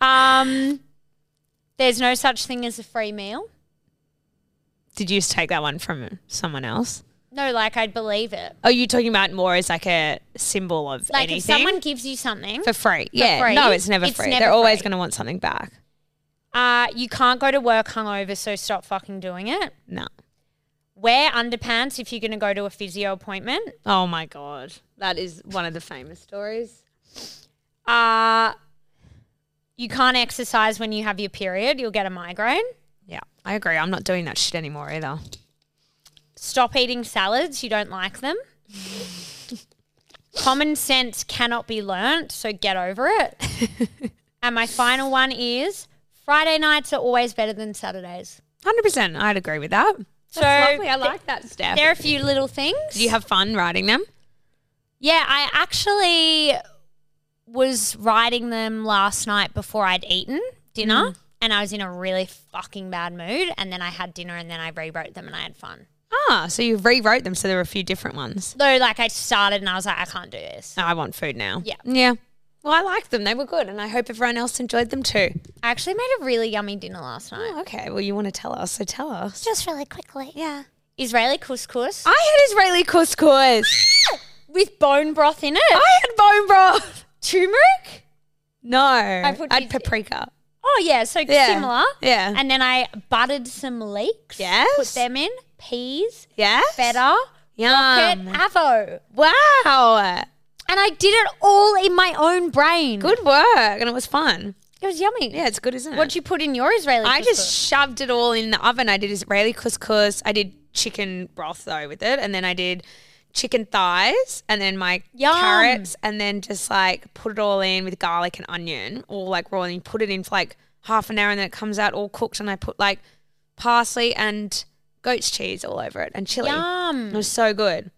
S2: um, there's no such thing as a free meal.
S3: Did you just take that one from someone else?
S2: No, like I'd believe it.
S3: Are you talking about more as like a symbol of
S2: Like
S3: anything?
S2: if someone gives you something,
S3: for free. yeah.
S2: free,
S3: No, it's never
S2: it's
S3: free.
S2: never
S3: They're always
S2: free.
S3: going to want something back.
S2: uh, you can't go to work hungover, so stop fucking doing it.
S3: No.
S2: Wear underpants if you're going to go to a physio appointment.
S3: Oh my God. That is one of the famous stories.
S2: Uh, you can't exercise when you have your period. You'll get a migraine.
S3: Yeah. I agree. I'm not doing that shit anymore either.
S2: Stop eating salads. You don't like them. Common sense cannot be learnt, so get over it. and my final one is Friday nights are always better than Saturdays.
S3: Hundred percent, I'd agree with that.
S2: So
S3: I like that step.
S2: there are a few little things.
S3: Do you have fun writing them?
S2: Yeah, I actually was writing them last night before I'd eaten dinner
S3: Mm.
S2: and I was in a really fucking bad mood. And then I had dinner and then I rewrote them and I had fun.
S3: Ah, so you rewrote them, so there were a few different ones.
S2: Though, like, I started and I was like, I can't do this.
S3: Oh, I want food now.
S2: Yeah.
S3: yeah. Well, I like them. They were good, and I hope everyone else enjoyed them too.
S2: I actually made a really yummy dinner last night.
S3: Oh, okay. Well, you want to tell us, so tell us.
S2: Just really quickly. Yeah. Israeli couscous
S3: I had Israeli couscous.
S2: with bone broth in it.
S3: I had bone broth.
S2: Turmeric?
S3: No, I,
S2: put
S3: had
S2: these-
S3: paprika.
S2: Oh, yeah. So
S3: Yeah.
S2: similar.
S3: Yeah.
S2: And then I buttered some leeks. Put
S3: Yes.
S2: them in. Peas.
S3: Yeah.
S2: Feta.
S3: Yum.
S2: Kit Avo.
S3: Wow.
S2: And I did it all in my own brain.
S3: Good work, and it was fun.
S2: It was yummy.
S3: Yeah, it's good, isn't it?
S2: What'd you put in your Israeli?
S3: I just
S2: cookbook?
S3: shoved it all in the oven. I did Israeli couscous. I did chicken broth though with it, and then I did chicken thighs, and then my
S2: Yum.
S3: carrots, and then just like put it all in with garlic and onion, all like raw, and you put it in for like half an hour, and then it comes out all cooked. And I put like parsley and goat's cheese all over it, and chili. It
S2: yum.
S3: was so good,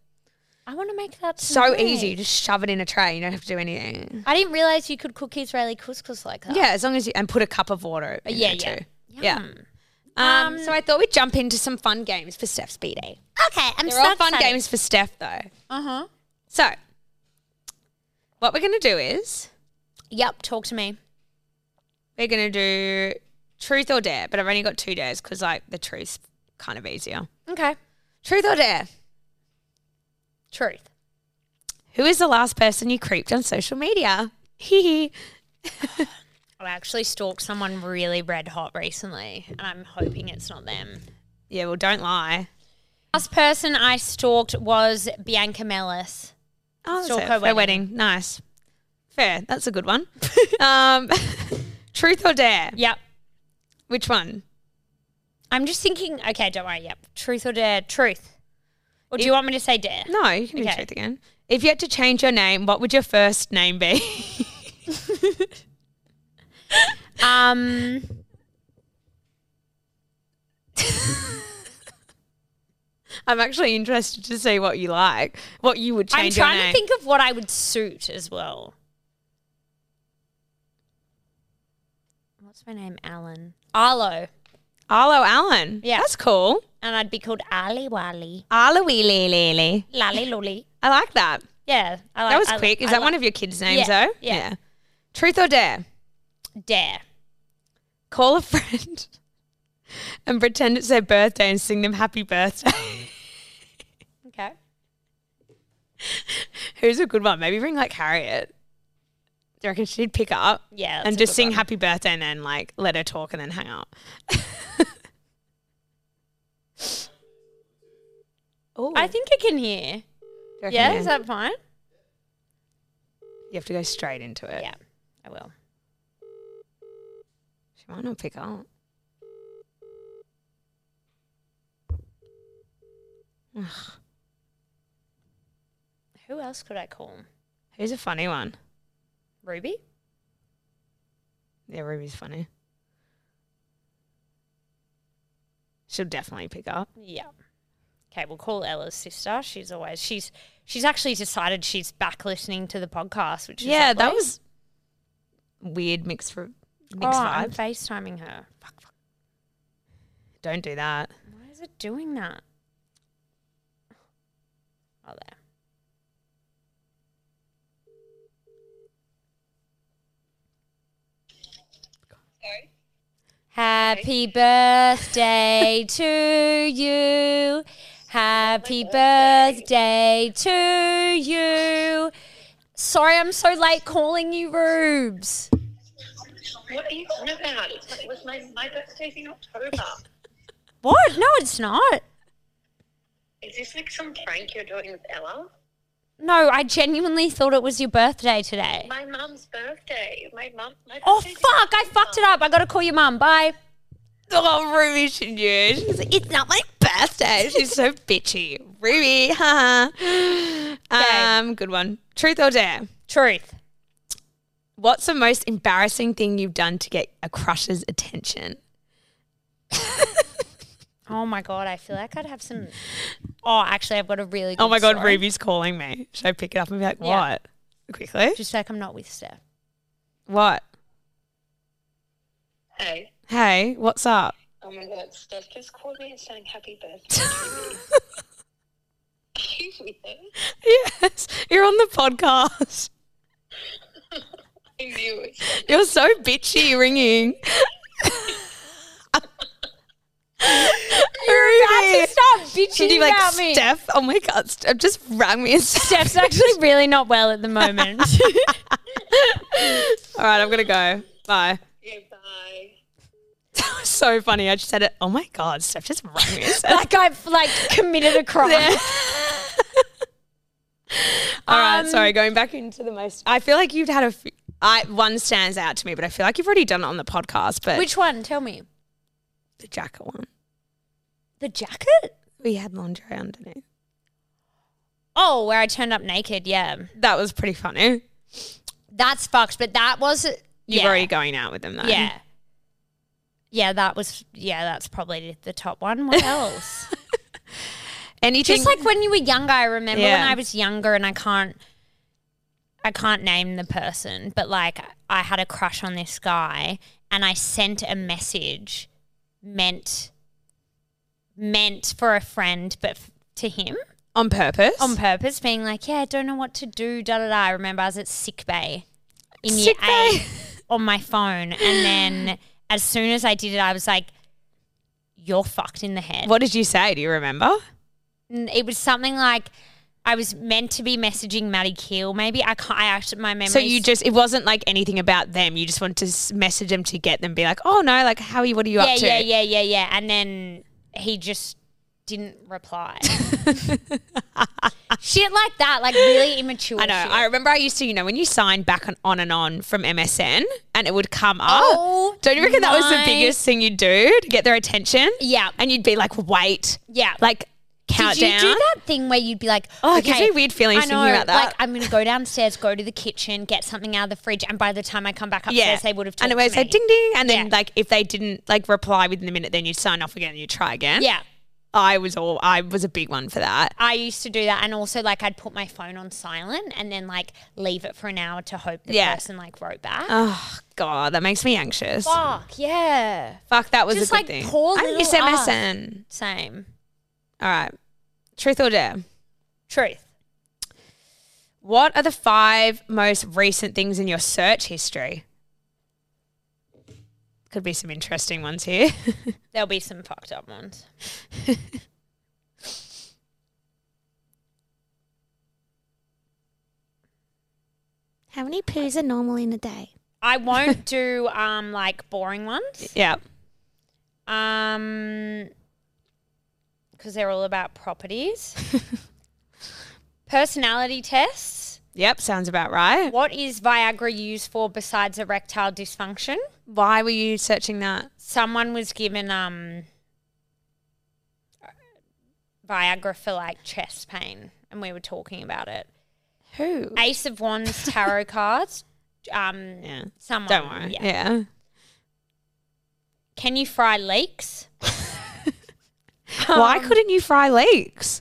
S2: I want to make that
S3: so
S2: tonight.
S3: easy. You just shove it in a tray. You don't have to do anything.
S2: I didn't realize you could cook Israeli couscous like that.
S3: Yeah, as long as you and put a cup of water. In
S2: Yeah,
S3: there
S2: yeah.
S3: too.
S2: Yum.
S3: Um, so I thought we'd jump into some fun games for Steph's B day.
S2: Okay, I'm
S3: They're
S2: so
S3: all fun
S2: excited.
S3: games for Steph, though.
S2: Uh huh.
S3: So, what we're going to do is
S2: Yep. Talk to me.
S3: we're going to do truth or dare, but I've only got two dares because, like, the truth's kind of easier.
S2: Okay.
S3: Truth or dare?
S2: Truth.
S3: Who is the last person you creeped on social media? Hee hee.
S2: I actually stalked someone really red hot recently, and I'm hoping it's not them.
S3: Yeah, well, don't lie.
S2: Last person I stalked was Bianca Mellis.
S3: Oh, that's
S2: Stalk
S3: it.
S2: her
S3: Fair wedding. Nice. Fair. That's a good one. um, truth or dare?
S2: Yep.
S3: Which one?
S2: I'm just thinking, okay, don't worry. Yep. Truth or dare? Truth. Or do you want me to say dare?
S3: No, you can do
S2: Okay.
S3: truth again. If you had to change your name, what would your first name be?
S2: Um.
S3: I'm actually interested to see what you like, what you would
S2: I'm
S3: change your
S2: trying
S3: name.
S2: to think of what I would suit as well. What's my name? Alan. Arlo.
S3: Arlo Allen.
S2: Yeah.
S3: That's cool.
S2: And I'd be called Ali Wally.
S3: Arlo Lee Lee.
S2: Lally Lolly.
S3: I like that.
S2: Yeah. I like,
S3: That was
S2: I li-
S3: quick. Is
S2: I
S3: that
S2: li-
S3: one of your kids' names,
S2: Yeah,
S3: though?
S2: yeah.
S3: Truth or dare?
S2: Dare.
S3: Call a friend and pretend it's their birthday and sing them happy birthday.
S2: Okay.
S3: Who's a good one? Maybe ring like Harriet. Do you reckon she'd pick up
S2: Yeah. that's
S3: and
S2: a
S3: just
S2: good
S3: sing
S2: one.
S3: happy birthday and then like let her talk and then hang up? oh,
S2: I think I can hear. Yeah, is that fine?
S3: you have to go straight into it.
S2: Yeah, I will.
S3: She might not pick up.
S2: Who else could I call?
S3: Who's a funny one?
S2: Ruby?
S3: Yeah, Ruby's funny. She'll definitely pick up.
S2: Yeah. Okay, we'll call Ella's sister. She's always she's she's actually decided she's back listening to the podcast, which is
S3: yeah, that
S2: lovely.
S3: was weird mix for
S2: oh,
S3: mixed
S2: I'm
S3: vibes.
S2: FaceTiming her. Fuck, fuck.
S3: Don't do that.
S2: Why is it doing that? Oh there. Happy birthday to you. Happy birthday to you. Sorry, I'm so late calling you, Rubes.
S4: What are you on about? It was my, my birthday's in October.
S2: What? No, it's not.
S4: Is this like some prank you're doing with Ella?
S2: No, I genuinely thought it was your birthday today.
S4: My mum's birthday. My mum. My
S2: Oh
S4: birthday's in
S2: fuck! I fucked it up. I gotta call your mum. Bye.
S3: Oh, Ruby, she knew. She's like, it's not my birthday. She's so bitchy. Ruby, haha. Um, good one. Truth or dare?
S2: Truth.
S3: What's the most embarrassing thing you've done to get a crush's attention?
S2: Oh my god, I feel like I'd have some. Oh, actually, I've got a really. Good
S3: Oh my god,
S2: story.
S3: Ruby's calling me. Should I pick it up and be like,
S2: Yeah.
S3: what? Quickly?
S2: Just like I'm not with Steph.
S3: What?
S4: Hey.
S3: Hey, what's up?
S4: Oh my god, Steph just called me and sang happy birthday to me. Are you weird?
S3: Yes, you're on the podcast.
S4: I knew it.
S3: You're so bitchy ringing. Ruby.
S2: Stop bitching
S3: Did you like
S2: about me.
S3: Steph? Oh my god, Steph just rang me. And
S2: Steph's actually really not well at the moment.
S3: All right, I'm gonna go. Bye.
S4: Yeah, bye.
S3: That was so funny. I just said it. Oh my god, Steph just rang me. And said,
S2: like I've like committed a crime.
S3: All right,
S2: Um,
S3: sorry. Going back into the most. I feel like you've had a. F- I one stands out to me, but I feel like you've already done it on the podcast. But
S2: Which one? Tell me.
S3: the jacket one?
S2: The jacket?
S3: We had lingerie underneath.
S2: Oh, where I turned up naked. Yeah,
S3: That was pretty funny.
S2: that's fucked. But that was.
S3: You're
S2: yeah.
S3: already going out with them though.
S2: Yeah. Yeah, that was yeah, that's probably the top one. What else?
S3: Anything?
S2: Just like when you were younger, I remember when
S3: Yeah.
S2: I was younger and I can't I can't name the person, but like I had a crush on this guy and I sent a message meant meant for a friend but f- to him
S3: on purpose.
S2: on purpose being like, "Yeah, don't know what to do." Da da da. I remember I was at sick bay in
S3: Sick
S2: year
S3: bay.
S2: eight on my phone, and then as soon as I did it, I was like, "You're fucked in the head."
S3: What did you say? Do you remember?
S2: And it was something like, I was meant to be messaging Maddie Keel. Maybe I can't. I actually my memory.
S3: So you just it wasn't like anything about them. You just wanted to s- message them to get them, be like, oh no, like how are you? What are you
S2: yeah
S3: up to?
S2: yeah yeah yeah yeah, and then he just didn't reply. shit like that, like really immature.
S3: I know.
S2: Shit.
S3: I remember I used to, you know, when you signed back on, on and on from MSN and it would come up.
S2: Oh
S3: Don't you reckon that was the
S2: my-
S3: biggest thing you'd do to get their attention?
S2: Yeah.
S3: And you'd be like, wait.
S2: Yeah.
S3: Like,
S2: Did
S3: countdown.
S2: you do that thing where you'd be like,
S3: Oh, it
S2: okay,
S3: gives me weird feelings
S2: I know,
S3: thinking about that.
S2: Like, I'm going to go downstairs, go to the kitchen, get something out of the fridge, and by the time I come back upstairs,
S3: Yeah.
S2: they would have.
S3: And it
S2: talked to
S3: would say
S2: me.
S3: ding ding. And then,
S2: Yeah.
S3: like, if they didn't, like, reply within the minute, then you'd sign off again and you'd try again.
S2: Yeah,
S3: I was all, I was a big one for that.
S2: I used to do that, and also like I'd put my phone on silent and then like leave it for an hour to hope the
S3: Yeah.
S2: person like wrote back.
S3: Oh, God, that makes me anxious.
S2: Fuck yeah,
S3: Fuck, that was
S2: Just
S3: a good
S2: like
S3: thing.
S2: poor
S3: I
S2: little
S3: miss
S2: us.
S3: MSN.
S2: same
S3: All right. Truth or dare?
S2: truth.
S3: What are the five most recent things in your search history? Could be some interesting ones here.
S2: There'll be some fucked up ones.
S3: How many poos are normal in a day?
S2: I won't do um like boring ones.
S3: Yeah.
S2: Um, because they're all about properties. Personality tests.
S3: Yep, sounds about right.
S2: What is Viagra used for besides erectile dysfunction?
S3: Why were you searching that?
S2: Someone was given um Viagra for like chest pain, and we were talking about it.
S3: Who?
S2: Ace of Wands tarot cards. Um,
S3: Yeah.
S2: someone.
S3: Don't worry.
S2: yeah.
S3: Yeah.
S2: Can you fry leeks?
S3: why couldn't you fry leeks?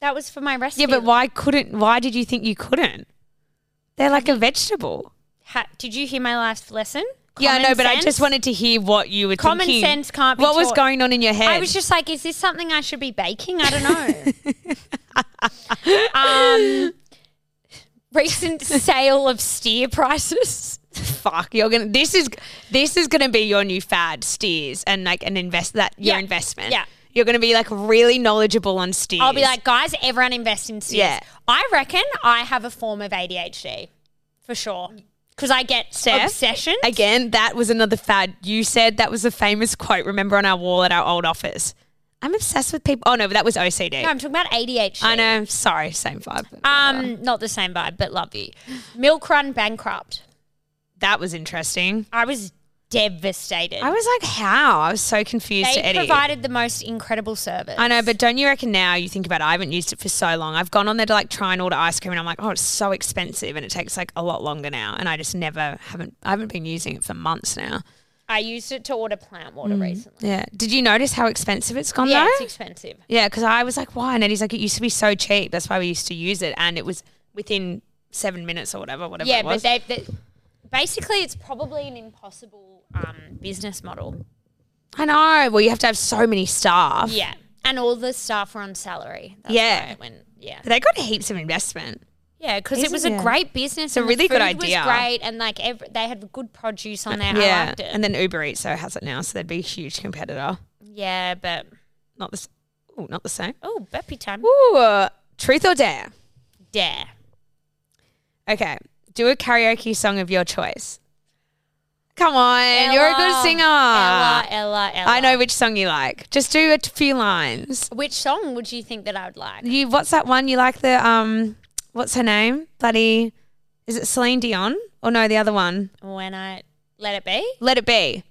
S2: That was for my recipe.
S3: Yeah, but why couldn't? Why did you think you couldn't? They're like a vegetable.
S2: Ha- did you hear my last lesson?
S3: yeah, no,
S2: Common
S3: but I
S2: sense?
S3: just wanted to hear what you were
S2: Common
S3: thinking.
S2: sense can't be
S3: What was
S2: taught.
S3: going on in your head?
S2: I was just like, is this something I should be baking? I don't know. um, recent sale of steer prices.
S3: fuck you're gonna this is this is gonna be your new fad steers and like an invest that your
S2: Yeah.
S3: investment
S2: Yeah.
S3: you're gonna be like really knowledgeable on steers
S2: I'll be like, guys, everyone invest in steers.
S3: Yeah.
S2: I reckon I have a form of ADHD for sure because I get
S3: Steph,
S2: obsession.
S3: again that was another fad you said that was a famous quote remember on our wall at our old office i'm obsessed with people oh no but that was ocd
S2: No, I'm talking about ADHD.
S3: i know sorry same vibe
S2: Um, not the same vibe, but love you. Milk run bankrupt.
S3: that was interesting
S2: I was devastated.
S3: i was like how i was so confused
S2: they
S3: to eddie
S2: provided the most incredible service.
S3: I know, but don't you reckon now you think about it? I haven't used it for so long. I've gone on there to like try and order ice cream and I'm like, oh, it's so expensive and it takes like a lot longer now. And I just never haven't, I haven't been using it for months now.
S2: I used it to order plant water
S3: Mm.
S2: recently.
S3: Yeah. Did you notice how expensive it's gone
S2: Yeah, it's
S3: though?
S2: expensive.
S3: yeah. Cause I was like, why? And Eddie's like, it used to be so cheap. That's why we used to use it. And it was within seven minutes or whatever, whatever
S2: Yeah,
S3: it was.
S2: but they, they basically it's probably an impossible um, business model.
S3: I know. Well, you have to have so many staff.
S2: Yeah, and all the staff were on salary. That's
S3: Yeah.
S2: why it went- yeah,
S3: But they got heaps of investment.
S2: yeah, because it was a
S3: Isn't it?
S2: great business. It's
S3: a really good idea.
S2: Was great, and like every, they had good produce on there. I liked it.
S3: And then Uber Eats so has it now. So they'd be a huge competitor.
S2: yeah, but
S3: Not the, s- ooh, not the same.
S2: oh, burpee time.
S3: Ooh, uh, truth or dare?
S2: Dare.
S3: Okay, do a karaoke song of your choice. Come on, you're a good
S2: Ella,
S3: singer.
S2: Ella, Ella, Ella.
S3: I know which song you like. Just do a t- few lines.
S2: Which song would you think that I would like?
S3: You, what's that one you like? The um, what's her name? Bloody, is it Celine Dion? Or no, the other one.
S2: When I let it be.
S3: Let it be.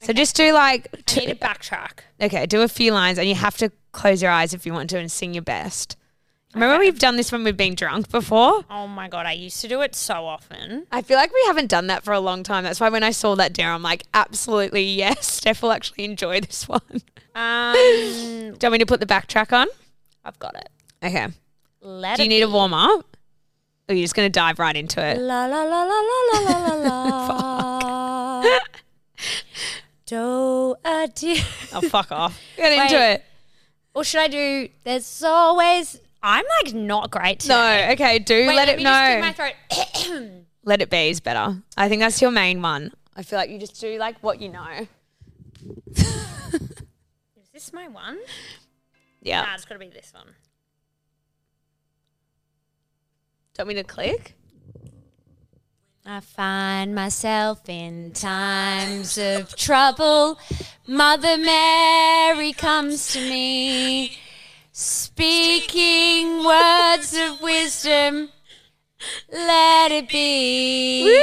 S3: So just do like,
S2: I
S3: two,
S2: need to backtrack.
S3: okay, do a few lines, and you have to close your eyes if you want to and sing your best. Remember, we've done this when we've been drunk before.
S2: Oh my god, I used to do it so often.
S3: I feel like we haven't done that for a long time. That's why when I saw that dare, I'm like, absolutely yes, Steph will actually enjoy this one. Do
S2: Um,
S3: you want me to put the backtrack on?
S2: I've got it.
S3: Okay.
S2: Let
S3: Do
S2: it
S3: you need
S2: be.
S3: a warm up? Or are you just going to dive right into it?
S2: La la la la la la la la la. Do a di-
S3: Oh, fuck off. Get into
S2: Wait.
S3: it.
S2: Or should I do? There's always. I'm like not great. Today.
S3: No, okay, do
S2: Wait,
S3: let, it
S2: me
S3: know.
S2: Just do my throat.
S3: let it be is better. I think that's your main one. I feel like you just do like what you know.
S2: Is this my Ah, one?
S3: Yeah.
S2: Nah, it's got to be this one.
S3: you want me to click?
S2: I find myself in times of trouble. Mother Mary comes to me, speaking words of wisdom. Let it be.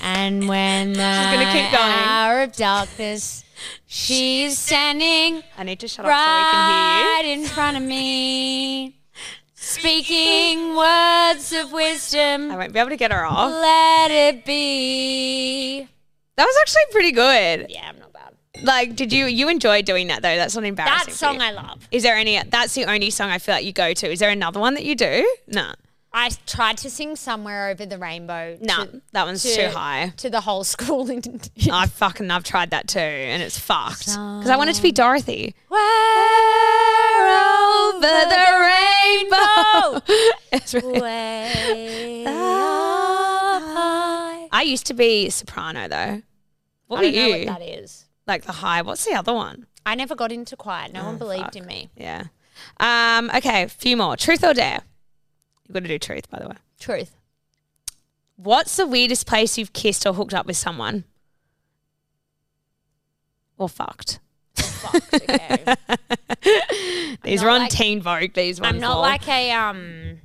S2: And when the
S3: gonna keep going.
S2: hour of darkness, she's standing
S3: I need to shut
S2: right in front of me, speaking words of
S3: I
S2: wisdom.
S3: won't be able to get her off.
S2: Let it be.
S3: That was actually pretty good.
S2: Yeah, I'm not bad.
S3: Like, did you you enjoy doing that though? That's not embarrassing.
S2: That
S3: for
S2: song
S3: you.
S2: I love.
S3: Is there any? That's the only song I feel like you go to. Is there another one that you do? No,
S2: I tried to sing somewhere over the rainbow.
S3: no,
S2: to,
S3: that one's
S2: to-
S3: too high.
S2: to the whole school. In
S3: I fucking I've tried that too, and it's fucked. Because I want it to be Dorothy.
S2: Where
S3: Over the rainbow. It's really-
S2: way
S3: I used to be soprano though.
S2: I
S3: What were
S2: don't know
S3: you?
S2: what that is.
S3: like the high. What's the other one?
S2: I never got into choir. No one
S3: Oh,
S2: believed in me.
S3: Yeah. Um, okay, a few more. Truth or dare? You've got to do truth, by the way.
S2: Truth.
S3: What's the weirdest place you've kissed or hooked up with someone? Or fucked?
S2: Fucked, okay.
S3: These
S2: not
S3: are on
S2: like-
S3: Teen Vogue. These ones.
S2: I'm not
S3: Paul.
S2: like a um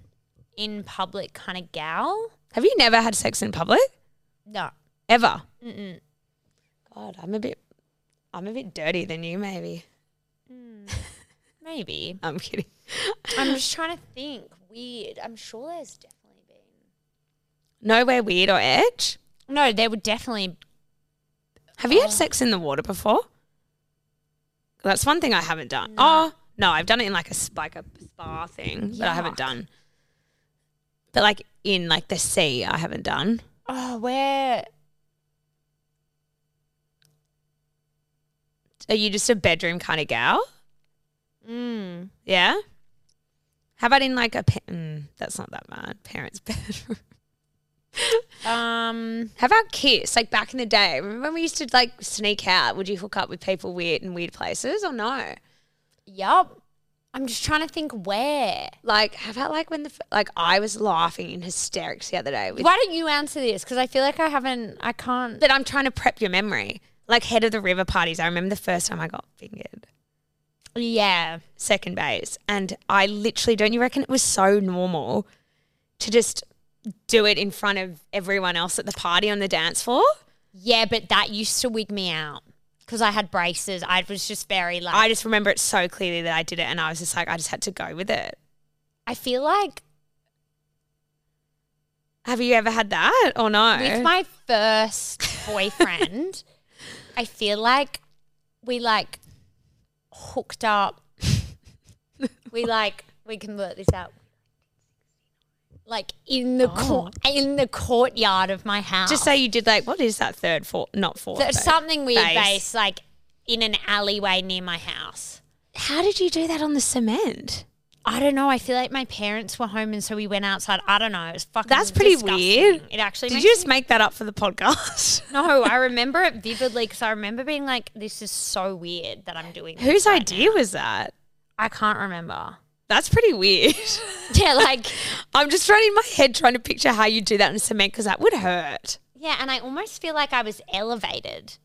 S2: in public kind of gal.
S3: Have you never had sex in public
S2: No.
S3: ever? Mm-mm. God, I'm a bit. I'm a bit dirty than you, maybe.
S2: Maybe.
S3: I'm kidding.
S2: I'm just trying to think. Weird. I'm sure there's definitely been.
S3: Nowhere weird or edge.
S2: No, there would definitely.
S3: Have you had sex in the water before? That's one thing I haven't done. Oh no, I've done it in like a s- like a spa thing, but I haven't
S2: Yuck.
S3: done. But like in like the sea, I haven't done.
S2: Oh, where?
S3: Are you just a bedroom kind of gal?
S2: Mm.
S3: Yeah. How about in like a pa- mm, that's not that bad. Parents' bedroom.
S2: Um.
S3: How about kiss? Like back in the day, remember when we used to like sneak out? Would you hook up with people weird in weird places or no?
S2: Yup. I'm just trying to think where.
S3: Like, how about like when the f- like I was laughing in hysterics the other day with
S2: Why don't you answer this? Because I feel like I haven't. I can't.
S3: But I'm trying to prep your memory. Like head of the river parties. I remember the first time I got fingered,
S2: Yeah.
S3: second base. And I literally, don't you reckon it was so normal to just do it in front of everyone else at the party on the dance floor?
S2: Yeah, but that used to wig me out because I had braces. I was just very like.
S3: I just remember it so clearly that I did it. And I was just like, I just had to go with it.
S2: I feel like
S3: Have you ever had that or no?
S2: with my first boyfriend, I feel like we like hooked up. We like we can work this out. Like in the court, in the courtyard of my house.
S3: Oh. just say you did like, what is that third, fourth, not fourth?
S2: There's
S3: base.
S2: something weird
S3: base.
S2: base. like in an alleyway near my house.
S3: How did you do that on the cement?
S2: I don't know. I feel like my parents were home, and so we went outside. I don't know. It was fucking.
S3: That's pretty
S2: disgusting.
S3: weird.
S2: It actually.
S3: Did
S2: makes
S3: you just
S2: me-
S3: make that up for the podcast?
S2: No, I remember it vividly because I remember being like, "This is so weird that I'm doing." This.
S3: Whose idea was that?
S2: I can't remember.
S3: That's pretty weird.
S2: Yeah, like
S3: I'm just trying in my head trying to picture how you do that in cement because that would hurt.
S2: yeah, and I almost feel like I was elevated.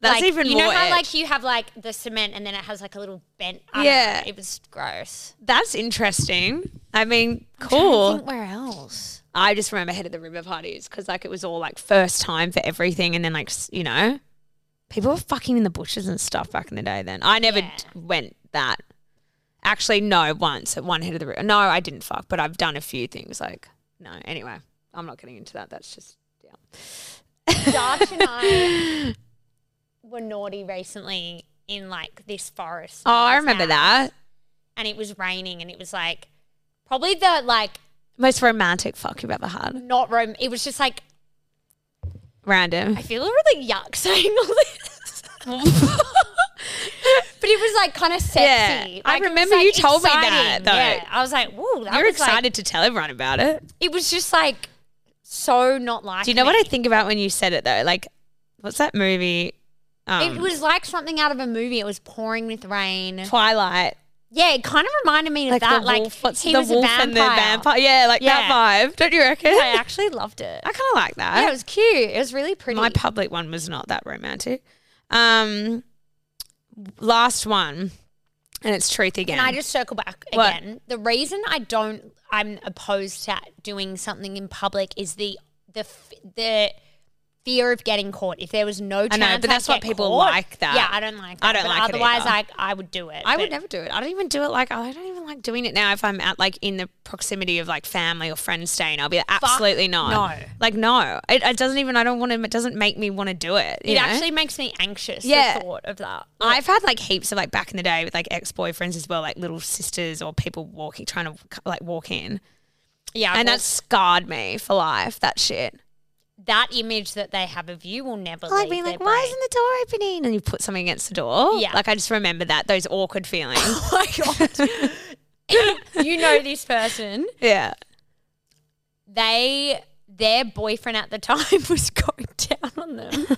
S3: That's
S2: like,
S3: even
S2: you
S3: more.
S2: know how
S3: edge.
S2: like you have like the cement and then it has like a little bent. I don't
S3: Yeah.
S2: know, it was gross.
S3: that's interesting. I mean,
S2: I
S3: cool.
S2: think where else?
S3: I just remember head of the river parties because like it was all like first time for everything, and then like s- you know, people were fucking in the bushes and stuff back in the day. Then I never
S2: Yeah.
S3: d- went that. Actually, no. Once at one head of the river. No, I didn't fuck, but I've done a few things. Like no. Anyway, I'm not getting into that. That's just yeah.
S2: Josh and I were naughty recently in like this forest.
S3: Oh, I
S2: near his
S3: remember
S2: house,
S3: that.
S2: And it was raining, and it was like probably the like
S3: Most romantic fuck you've ever had.
S2: not rom. It was just like
S3: Random.
S2: I feel really yuck saying all this. but it was like kind of sexy.
S3: Yeah, I
S2: Like, it was,
S3: remember you told me that,
S2: exciting.
S3: though.
S2: Yeah, I was like, "Whoa, that
S3: You're
S2: was, like-
S3: excited to tell everyone about it.
S2: it was just like so not like.
S3: Do you know what I think about when you said it though? Like, what's that movie? Um,
S2: it was like something out of a movie. It was pouring with rain.
S3: Twilight.
S2: Yeah, it kind of reminded me of
S3: Like
S2: that.
S3: the
S2: like
S3: wolf, what's
S2: he
S3: the
S2: was
S3: wolf
S2: a vampire.
S3: and the vampire? Yeah, like
S2: Yeah.
S3: that vibe. Don't you reckon?
S2: I actually loved it.
S3: I kind of like that.
S2: Yeah, it was cute. It was really pretty.
S3: My public one was not that romantic. Um, last one, and it's truth again.
S2: Can I just circle back
S3: What?
S2: again? The reason I don't, I'm opposed to doing something in public is the the f- the fear of getting caught. If there was no chance,
S3: know, but
S2: I'd
S3: that's what
S2: get
S3: people
S2: caught-
S3: like that.
S2: Yeah, I don't like. That,
S3: I don't
S2: but
S3: like it
S2: Otherwise,
S3: either.
S2: I I would do it.
S3: I
S2: but-
S3: would never do it. I don't even do it like I don't even like doing it now. If I'm at like in the proximity of like family or friends staying, I'll be like, absolutely not.
S2: no.
S3: like no. It, it doesn't even. I don't want to. It doesn't make me want to do it.
S2: It
S3: you know?
S2: actually makes me anxious.
S3: Yeah.
S2: the thought of that.
S3: I've had like heaps of like back in the day with like ex boyfriends as well, like little sisters or people walking trying to like walk in,
S2: yeah,
S3: and
S2: well,
S3: that scarred me for life. That shit.
S2: that image that they have of you will never
S3: like
S2: leave
S3: being
S2: their
S3: like, why
S2: brain.
S3: isn't the door opening? And you put something against the door.
S2: Yeah.
S3: Like I just remember that those awkward feelings.
S2: you know this person?
S3: yeah.
S2: They their boyfriend at the time was going down on them.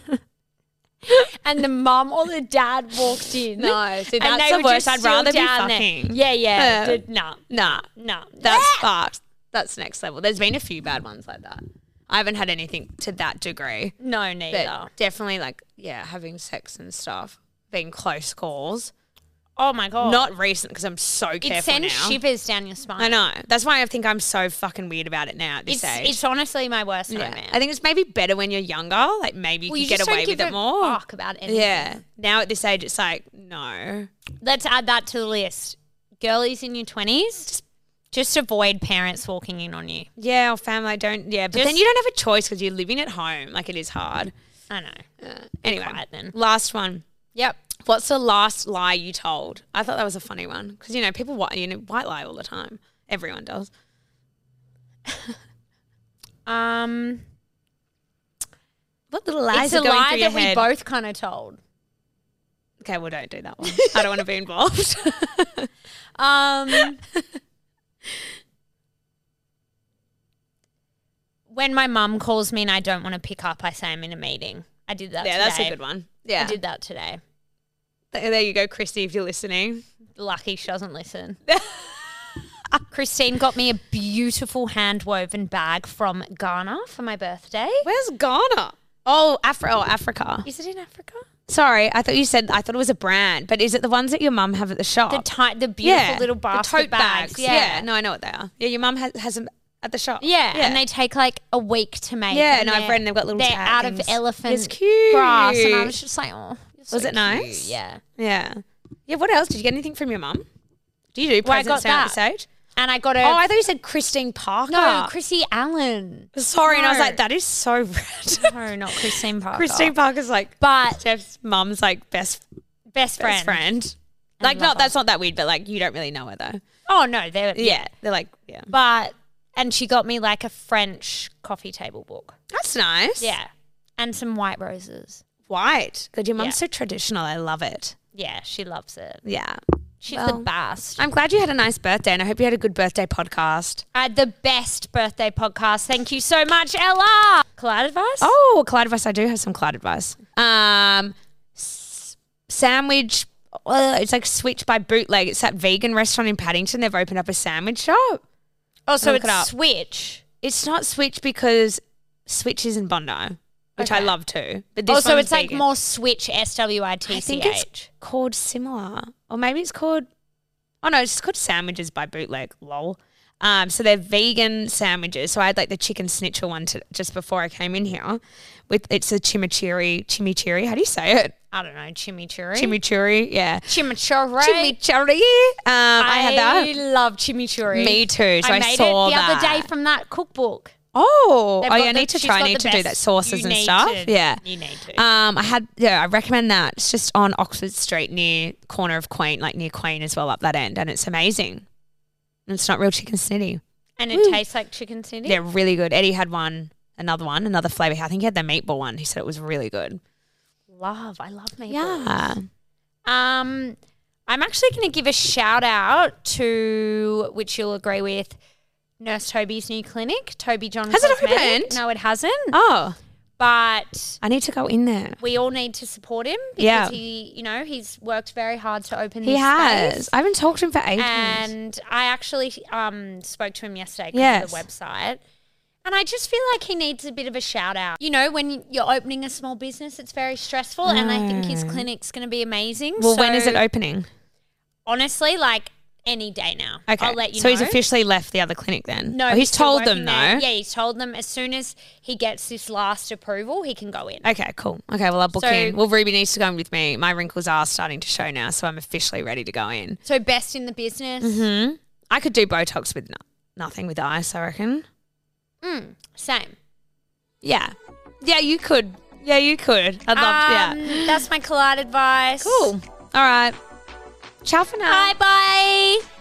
S2: And the mum or the dad walked in.
S3: No, see,
S2: and
S3: that's
S2: they
S3: the
S2: were
S3: worst.
S2: just
S3: I'd
S2: still
S3: rather be
S2: down there.
S3: fucking.
S2: Yeah, yeah.
S3: Yeah.
S2: Did- no,
S3: Nah.
S2: no.
S3: That's fucked. That's next level. There's been a few bad ones like that. I haven't had anything to that degree.
S2: no,
S3: But
S2: neither.
S3: definitely like, yeah, having sex and stuff, being close calls.
S2: oh my god.
S3: Not recent because I'm so careful
S2: it sends
S3: now.
S2: shivers down your
S3: I
S2: spine.
S3: know. That's why I think I'm so fucking weird about it now at this
S2: It's,
S3: age.
S2: it's honestly my worst
S3: Yeah.
S2: nightmare.
S3: I think it's maybe better when you're younger. Like maybe you
S2: Well,
S3: can
S2: you
S3: get
S2: just don't
S3: away
S2: give
S3: with
S2: a
S3: it more.
S2: fuck about anything.
S3: Yeah. Now at this age, it's like no.
S2: Let's add that to the list. Girlies in your twenties, just avoid parents walking in on you.
S3: Yeah, or family. I don't. Yeah, but then
S2: Just-
S3: you don't have a choice because you're living at home. Like it is hard.
S2: I know.
S3: Anyway,
S2: quiet then.
S3: last one.
S2: Yep.
S3: What's the last lie you told? I thought that was a funny one because you know people white you know white lie all the time. Everyone does.
S2: Um,
S3: What little
S2: it's
S3: lies
S2: a
S3: are going
S2: lie
S3: through your
S2: that we
S3: head?
S2: both kind of told.
S3: okay, well, don't do that one. I don't want to be involved.
S2: Um, when my mum calls me and I don't want to pick up, I say I'm in a meeting. I did that.
S3: yeah, that's a
S2: today.
S3: good one.
S2: I
S3: Yeah,
S2: did that today.
S3: Th- there you go, Christy. If you're listening,
S2: Lucky she doesn't listen. Christine got me a beautiful hand woven bag from Ghana for my birthday.
S3: where's Ghana? Oh, Afri- oh, Africa.
S2: Is it in Africa?
S3: Sorry, I thought you said I thought it was a brand, but is it the ones that your mum have at the shop?
S2: The ti- the beautiful little basket
S3: tote
S2: bags.
S3: Yeah. no, I know what they are. Yeah, your mum has, has them at the shop.
S2: Yeah, and they take like a week to make.
S3: Yeah,
S2: and
S3: no, I've
S2: they're-
S3: read and they've got little
S2: They're
S3: tag
S2: out
S3: things.
S2: of
S3: It's
S2: elephant
S3: cute.
S2: grass, and I was just like, oh, you're so
S3: Was it
S2: cute.
S3: nice?
S2: Yeah,
S3: yeah, yeah. What else? Did you get anything from your mum? Do you do
S2: Well, I
S3: presents
S2: got
S3: now at
S2: that.
S3: this age?
S2: and I got a
S3: Oh, I thought you said Christine Parker.
S2: no Chrissy Allen.
S3: sorry, and I was
S2: no.
S3: like, that is so
S2: No,
S3: random.
S2: not Christine Parker.
S3: Christine Parker's like,
S2: but
S3: Jeff's mum's like best
S2: best friend.
S3: best friend. Like,
S2: lover.
S3: not that's not that weird, but like you don't really know her though.
S2: Oh no, they were
S3: Yeah, they're like, yeah,
S2: But and she got me like a French coffee table book.
S3: that's nice.
S2: Yeah, and some white roses.
S3: white. God, your mum's
S2: Yeah.
S3: so traditional. I love it.
S2: Yeah, she loves it.
S3: Yeah.
S2: She's
S3: Well,
S2: the best.
S3: I'm glad you had a nice birthday and I hope you had a good birthday podcast.
S2: Uh, the best birthday podcast. Thank you so much, Ella. Collide advice.
S3: Oh, Clyde advice. I do have some Clyde advice. Um, s- sandwich. Uh, it's like Switch by Bootleg. It's that vegan restaurant in Paddington. They've opened up a sandwich shop.
S2: Oh, so
S3: Look
S2: it's
S3: it up.
S2: Switch.
S3: It's not Switch because Switch is in Bondi, which I
S2: Okay.
S3: love too. But this
S2: Oh, so
S3: one's
S2: it's like
S3: vegan.
S2: more Switch S W I T
S3: I
S2: C
S3: think it's
S2: H.
S3: called similar, or maybe it's called. Oh no, it's just called sandwiches by Bootleg. Lol. Um, so they're vegan sandwiches. So I had like the chicken schnitzel one to, just before I came in here. With it's a chimichurri, chimichurri. How do you say it?
S2: I don't know, chimichurri.
S3: Chimichurri. Yeah.
S2: chimichurri.
S3: Chimichurri. Um, I, had
S2: I
S3: that.
S2: love chimichurri.
S3: Me too. So I,
S2: made
S3: saw
S2: it the
S3: that.
S2: other day from that cookbook.
S3: Oh,
S2: They've
S3: oh
S2: got
S3: yeah, I
S2: the-
S3: need to
S2: she's
S3: try.
S2: got
S3: I need
S2: the
S3: to do
S2: best-
S3: that sauces
S2: you
S3: and
S2: need
S3: stuff.
S2: to-
S3: yeah,
S2: you need to.
S3: Um, I had yeah, I recommend that. It's just on Oxford Street near corner of Queen, like near Queen as well, up that end, and it's amazing. And it's not real chicken snitty.
S2: And it tastes like chicken city.
S3: They're really good. Eddie had one, another one, another flavor. I think he had the meatball one. He said it was really good.
S2: Love. I love maple.
S3: Yeah,
S2: Um, I'm actually going to give a shout out to, which you'll agree with, Nurse Toby's new clinic, Toby John.
S3: Has it
S2: Cosmetic.
S3: opened?
S2: No, it hasn't.
S3: Oh,
S2: But
S3: I need to go in there.
S2: we all need to support him because
S3: Yeah.
S2: he, you know, he's worked very hard to open
S3: He
S2: this
S3: has.
S2: space.
S3: I haven't talked to him for ages.
S2: And I actually um, spoke to him yesterday because
S3: Yes.
S2: the website. And I just feel like he needs a bit of a shout out. You know, when you're opening a small business, it's very stressful. And I think his clinic's going to be amazing.
S3: Mm. well, when is
S2: So,
S3: it opening?
S2: Honestly, like any day now.
S3: Okay.
S2: I'll let you
S3: so
S2: know.
S3: he's officially left the other clinic then.
S2: No,
S3: Oh, he's
S2: still
S3: told them
S2: working there.
S3: though.
S2: Yeah, he's told them as soon as he gets this last approval, he can go in.
S3: Okay, cool. Okay, well I'll book
S2: So-
S3: in. Well, Ruby needs to go in with me. My wrinkles are starting to show now, so I'm officially ready to go in.
S2: So best in the business.
S3: Mm-hmm. I could do Botox with no- nothing with ice. I reckon.
S2: Mm, same.
S3: Yeah. Yeah, you could. Yeah, you could. I'd love.
S2: Um,
S3: yeah.
S2: That's my collide advice.
S3: Cool. All right. Ciao for now.
S2: Bye bye.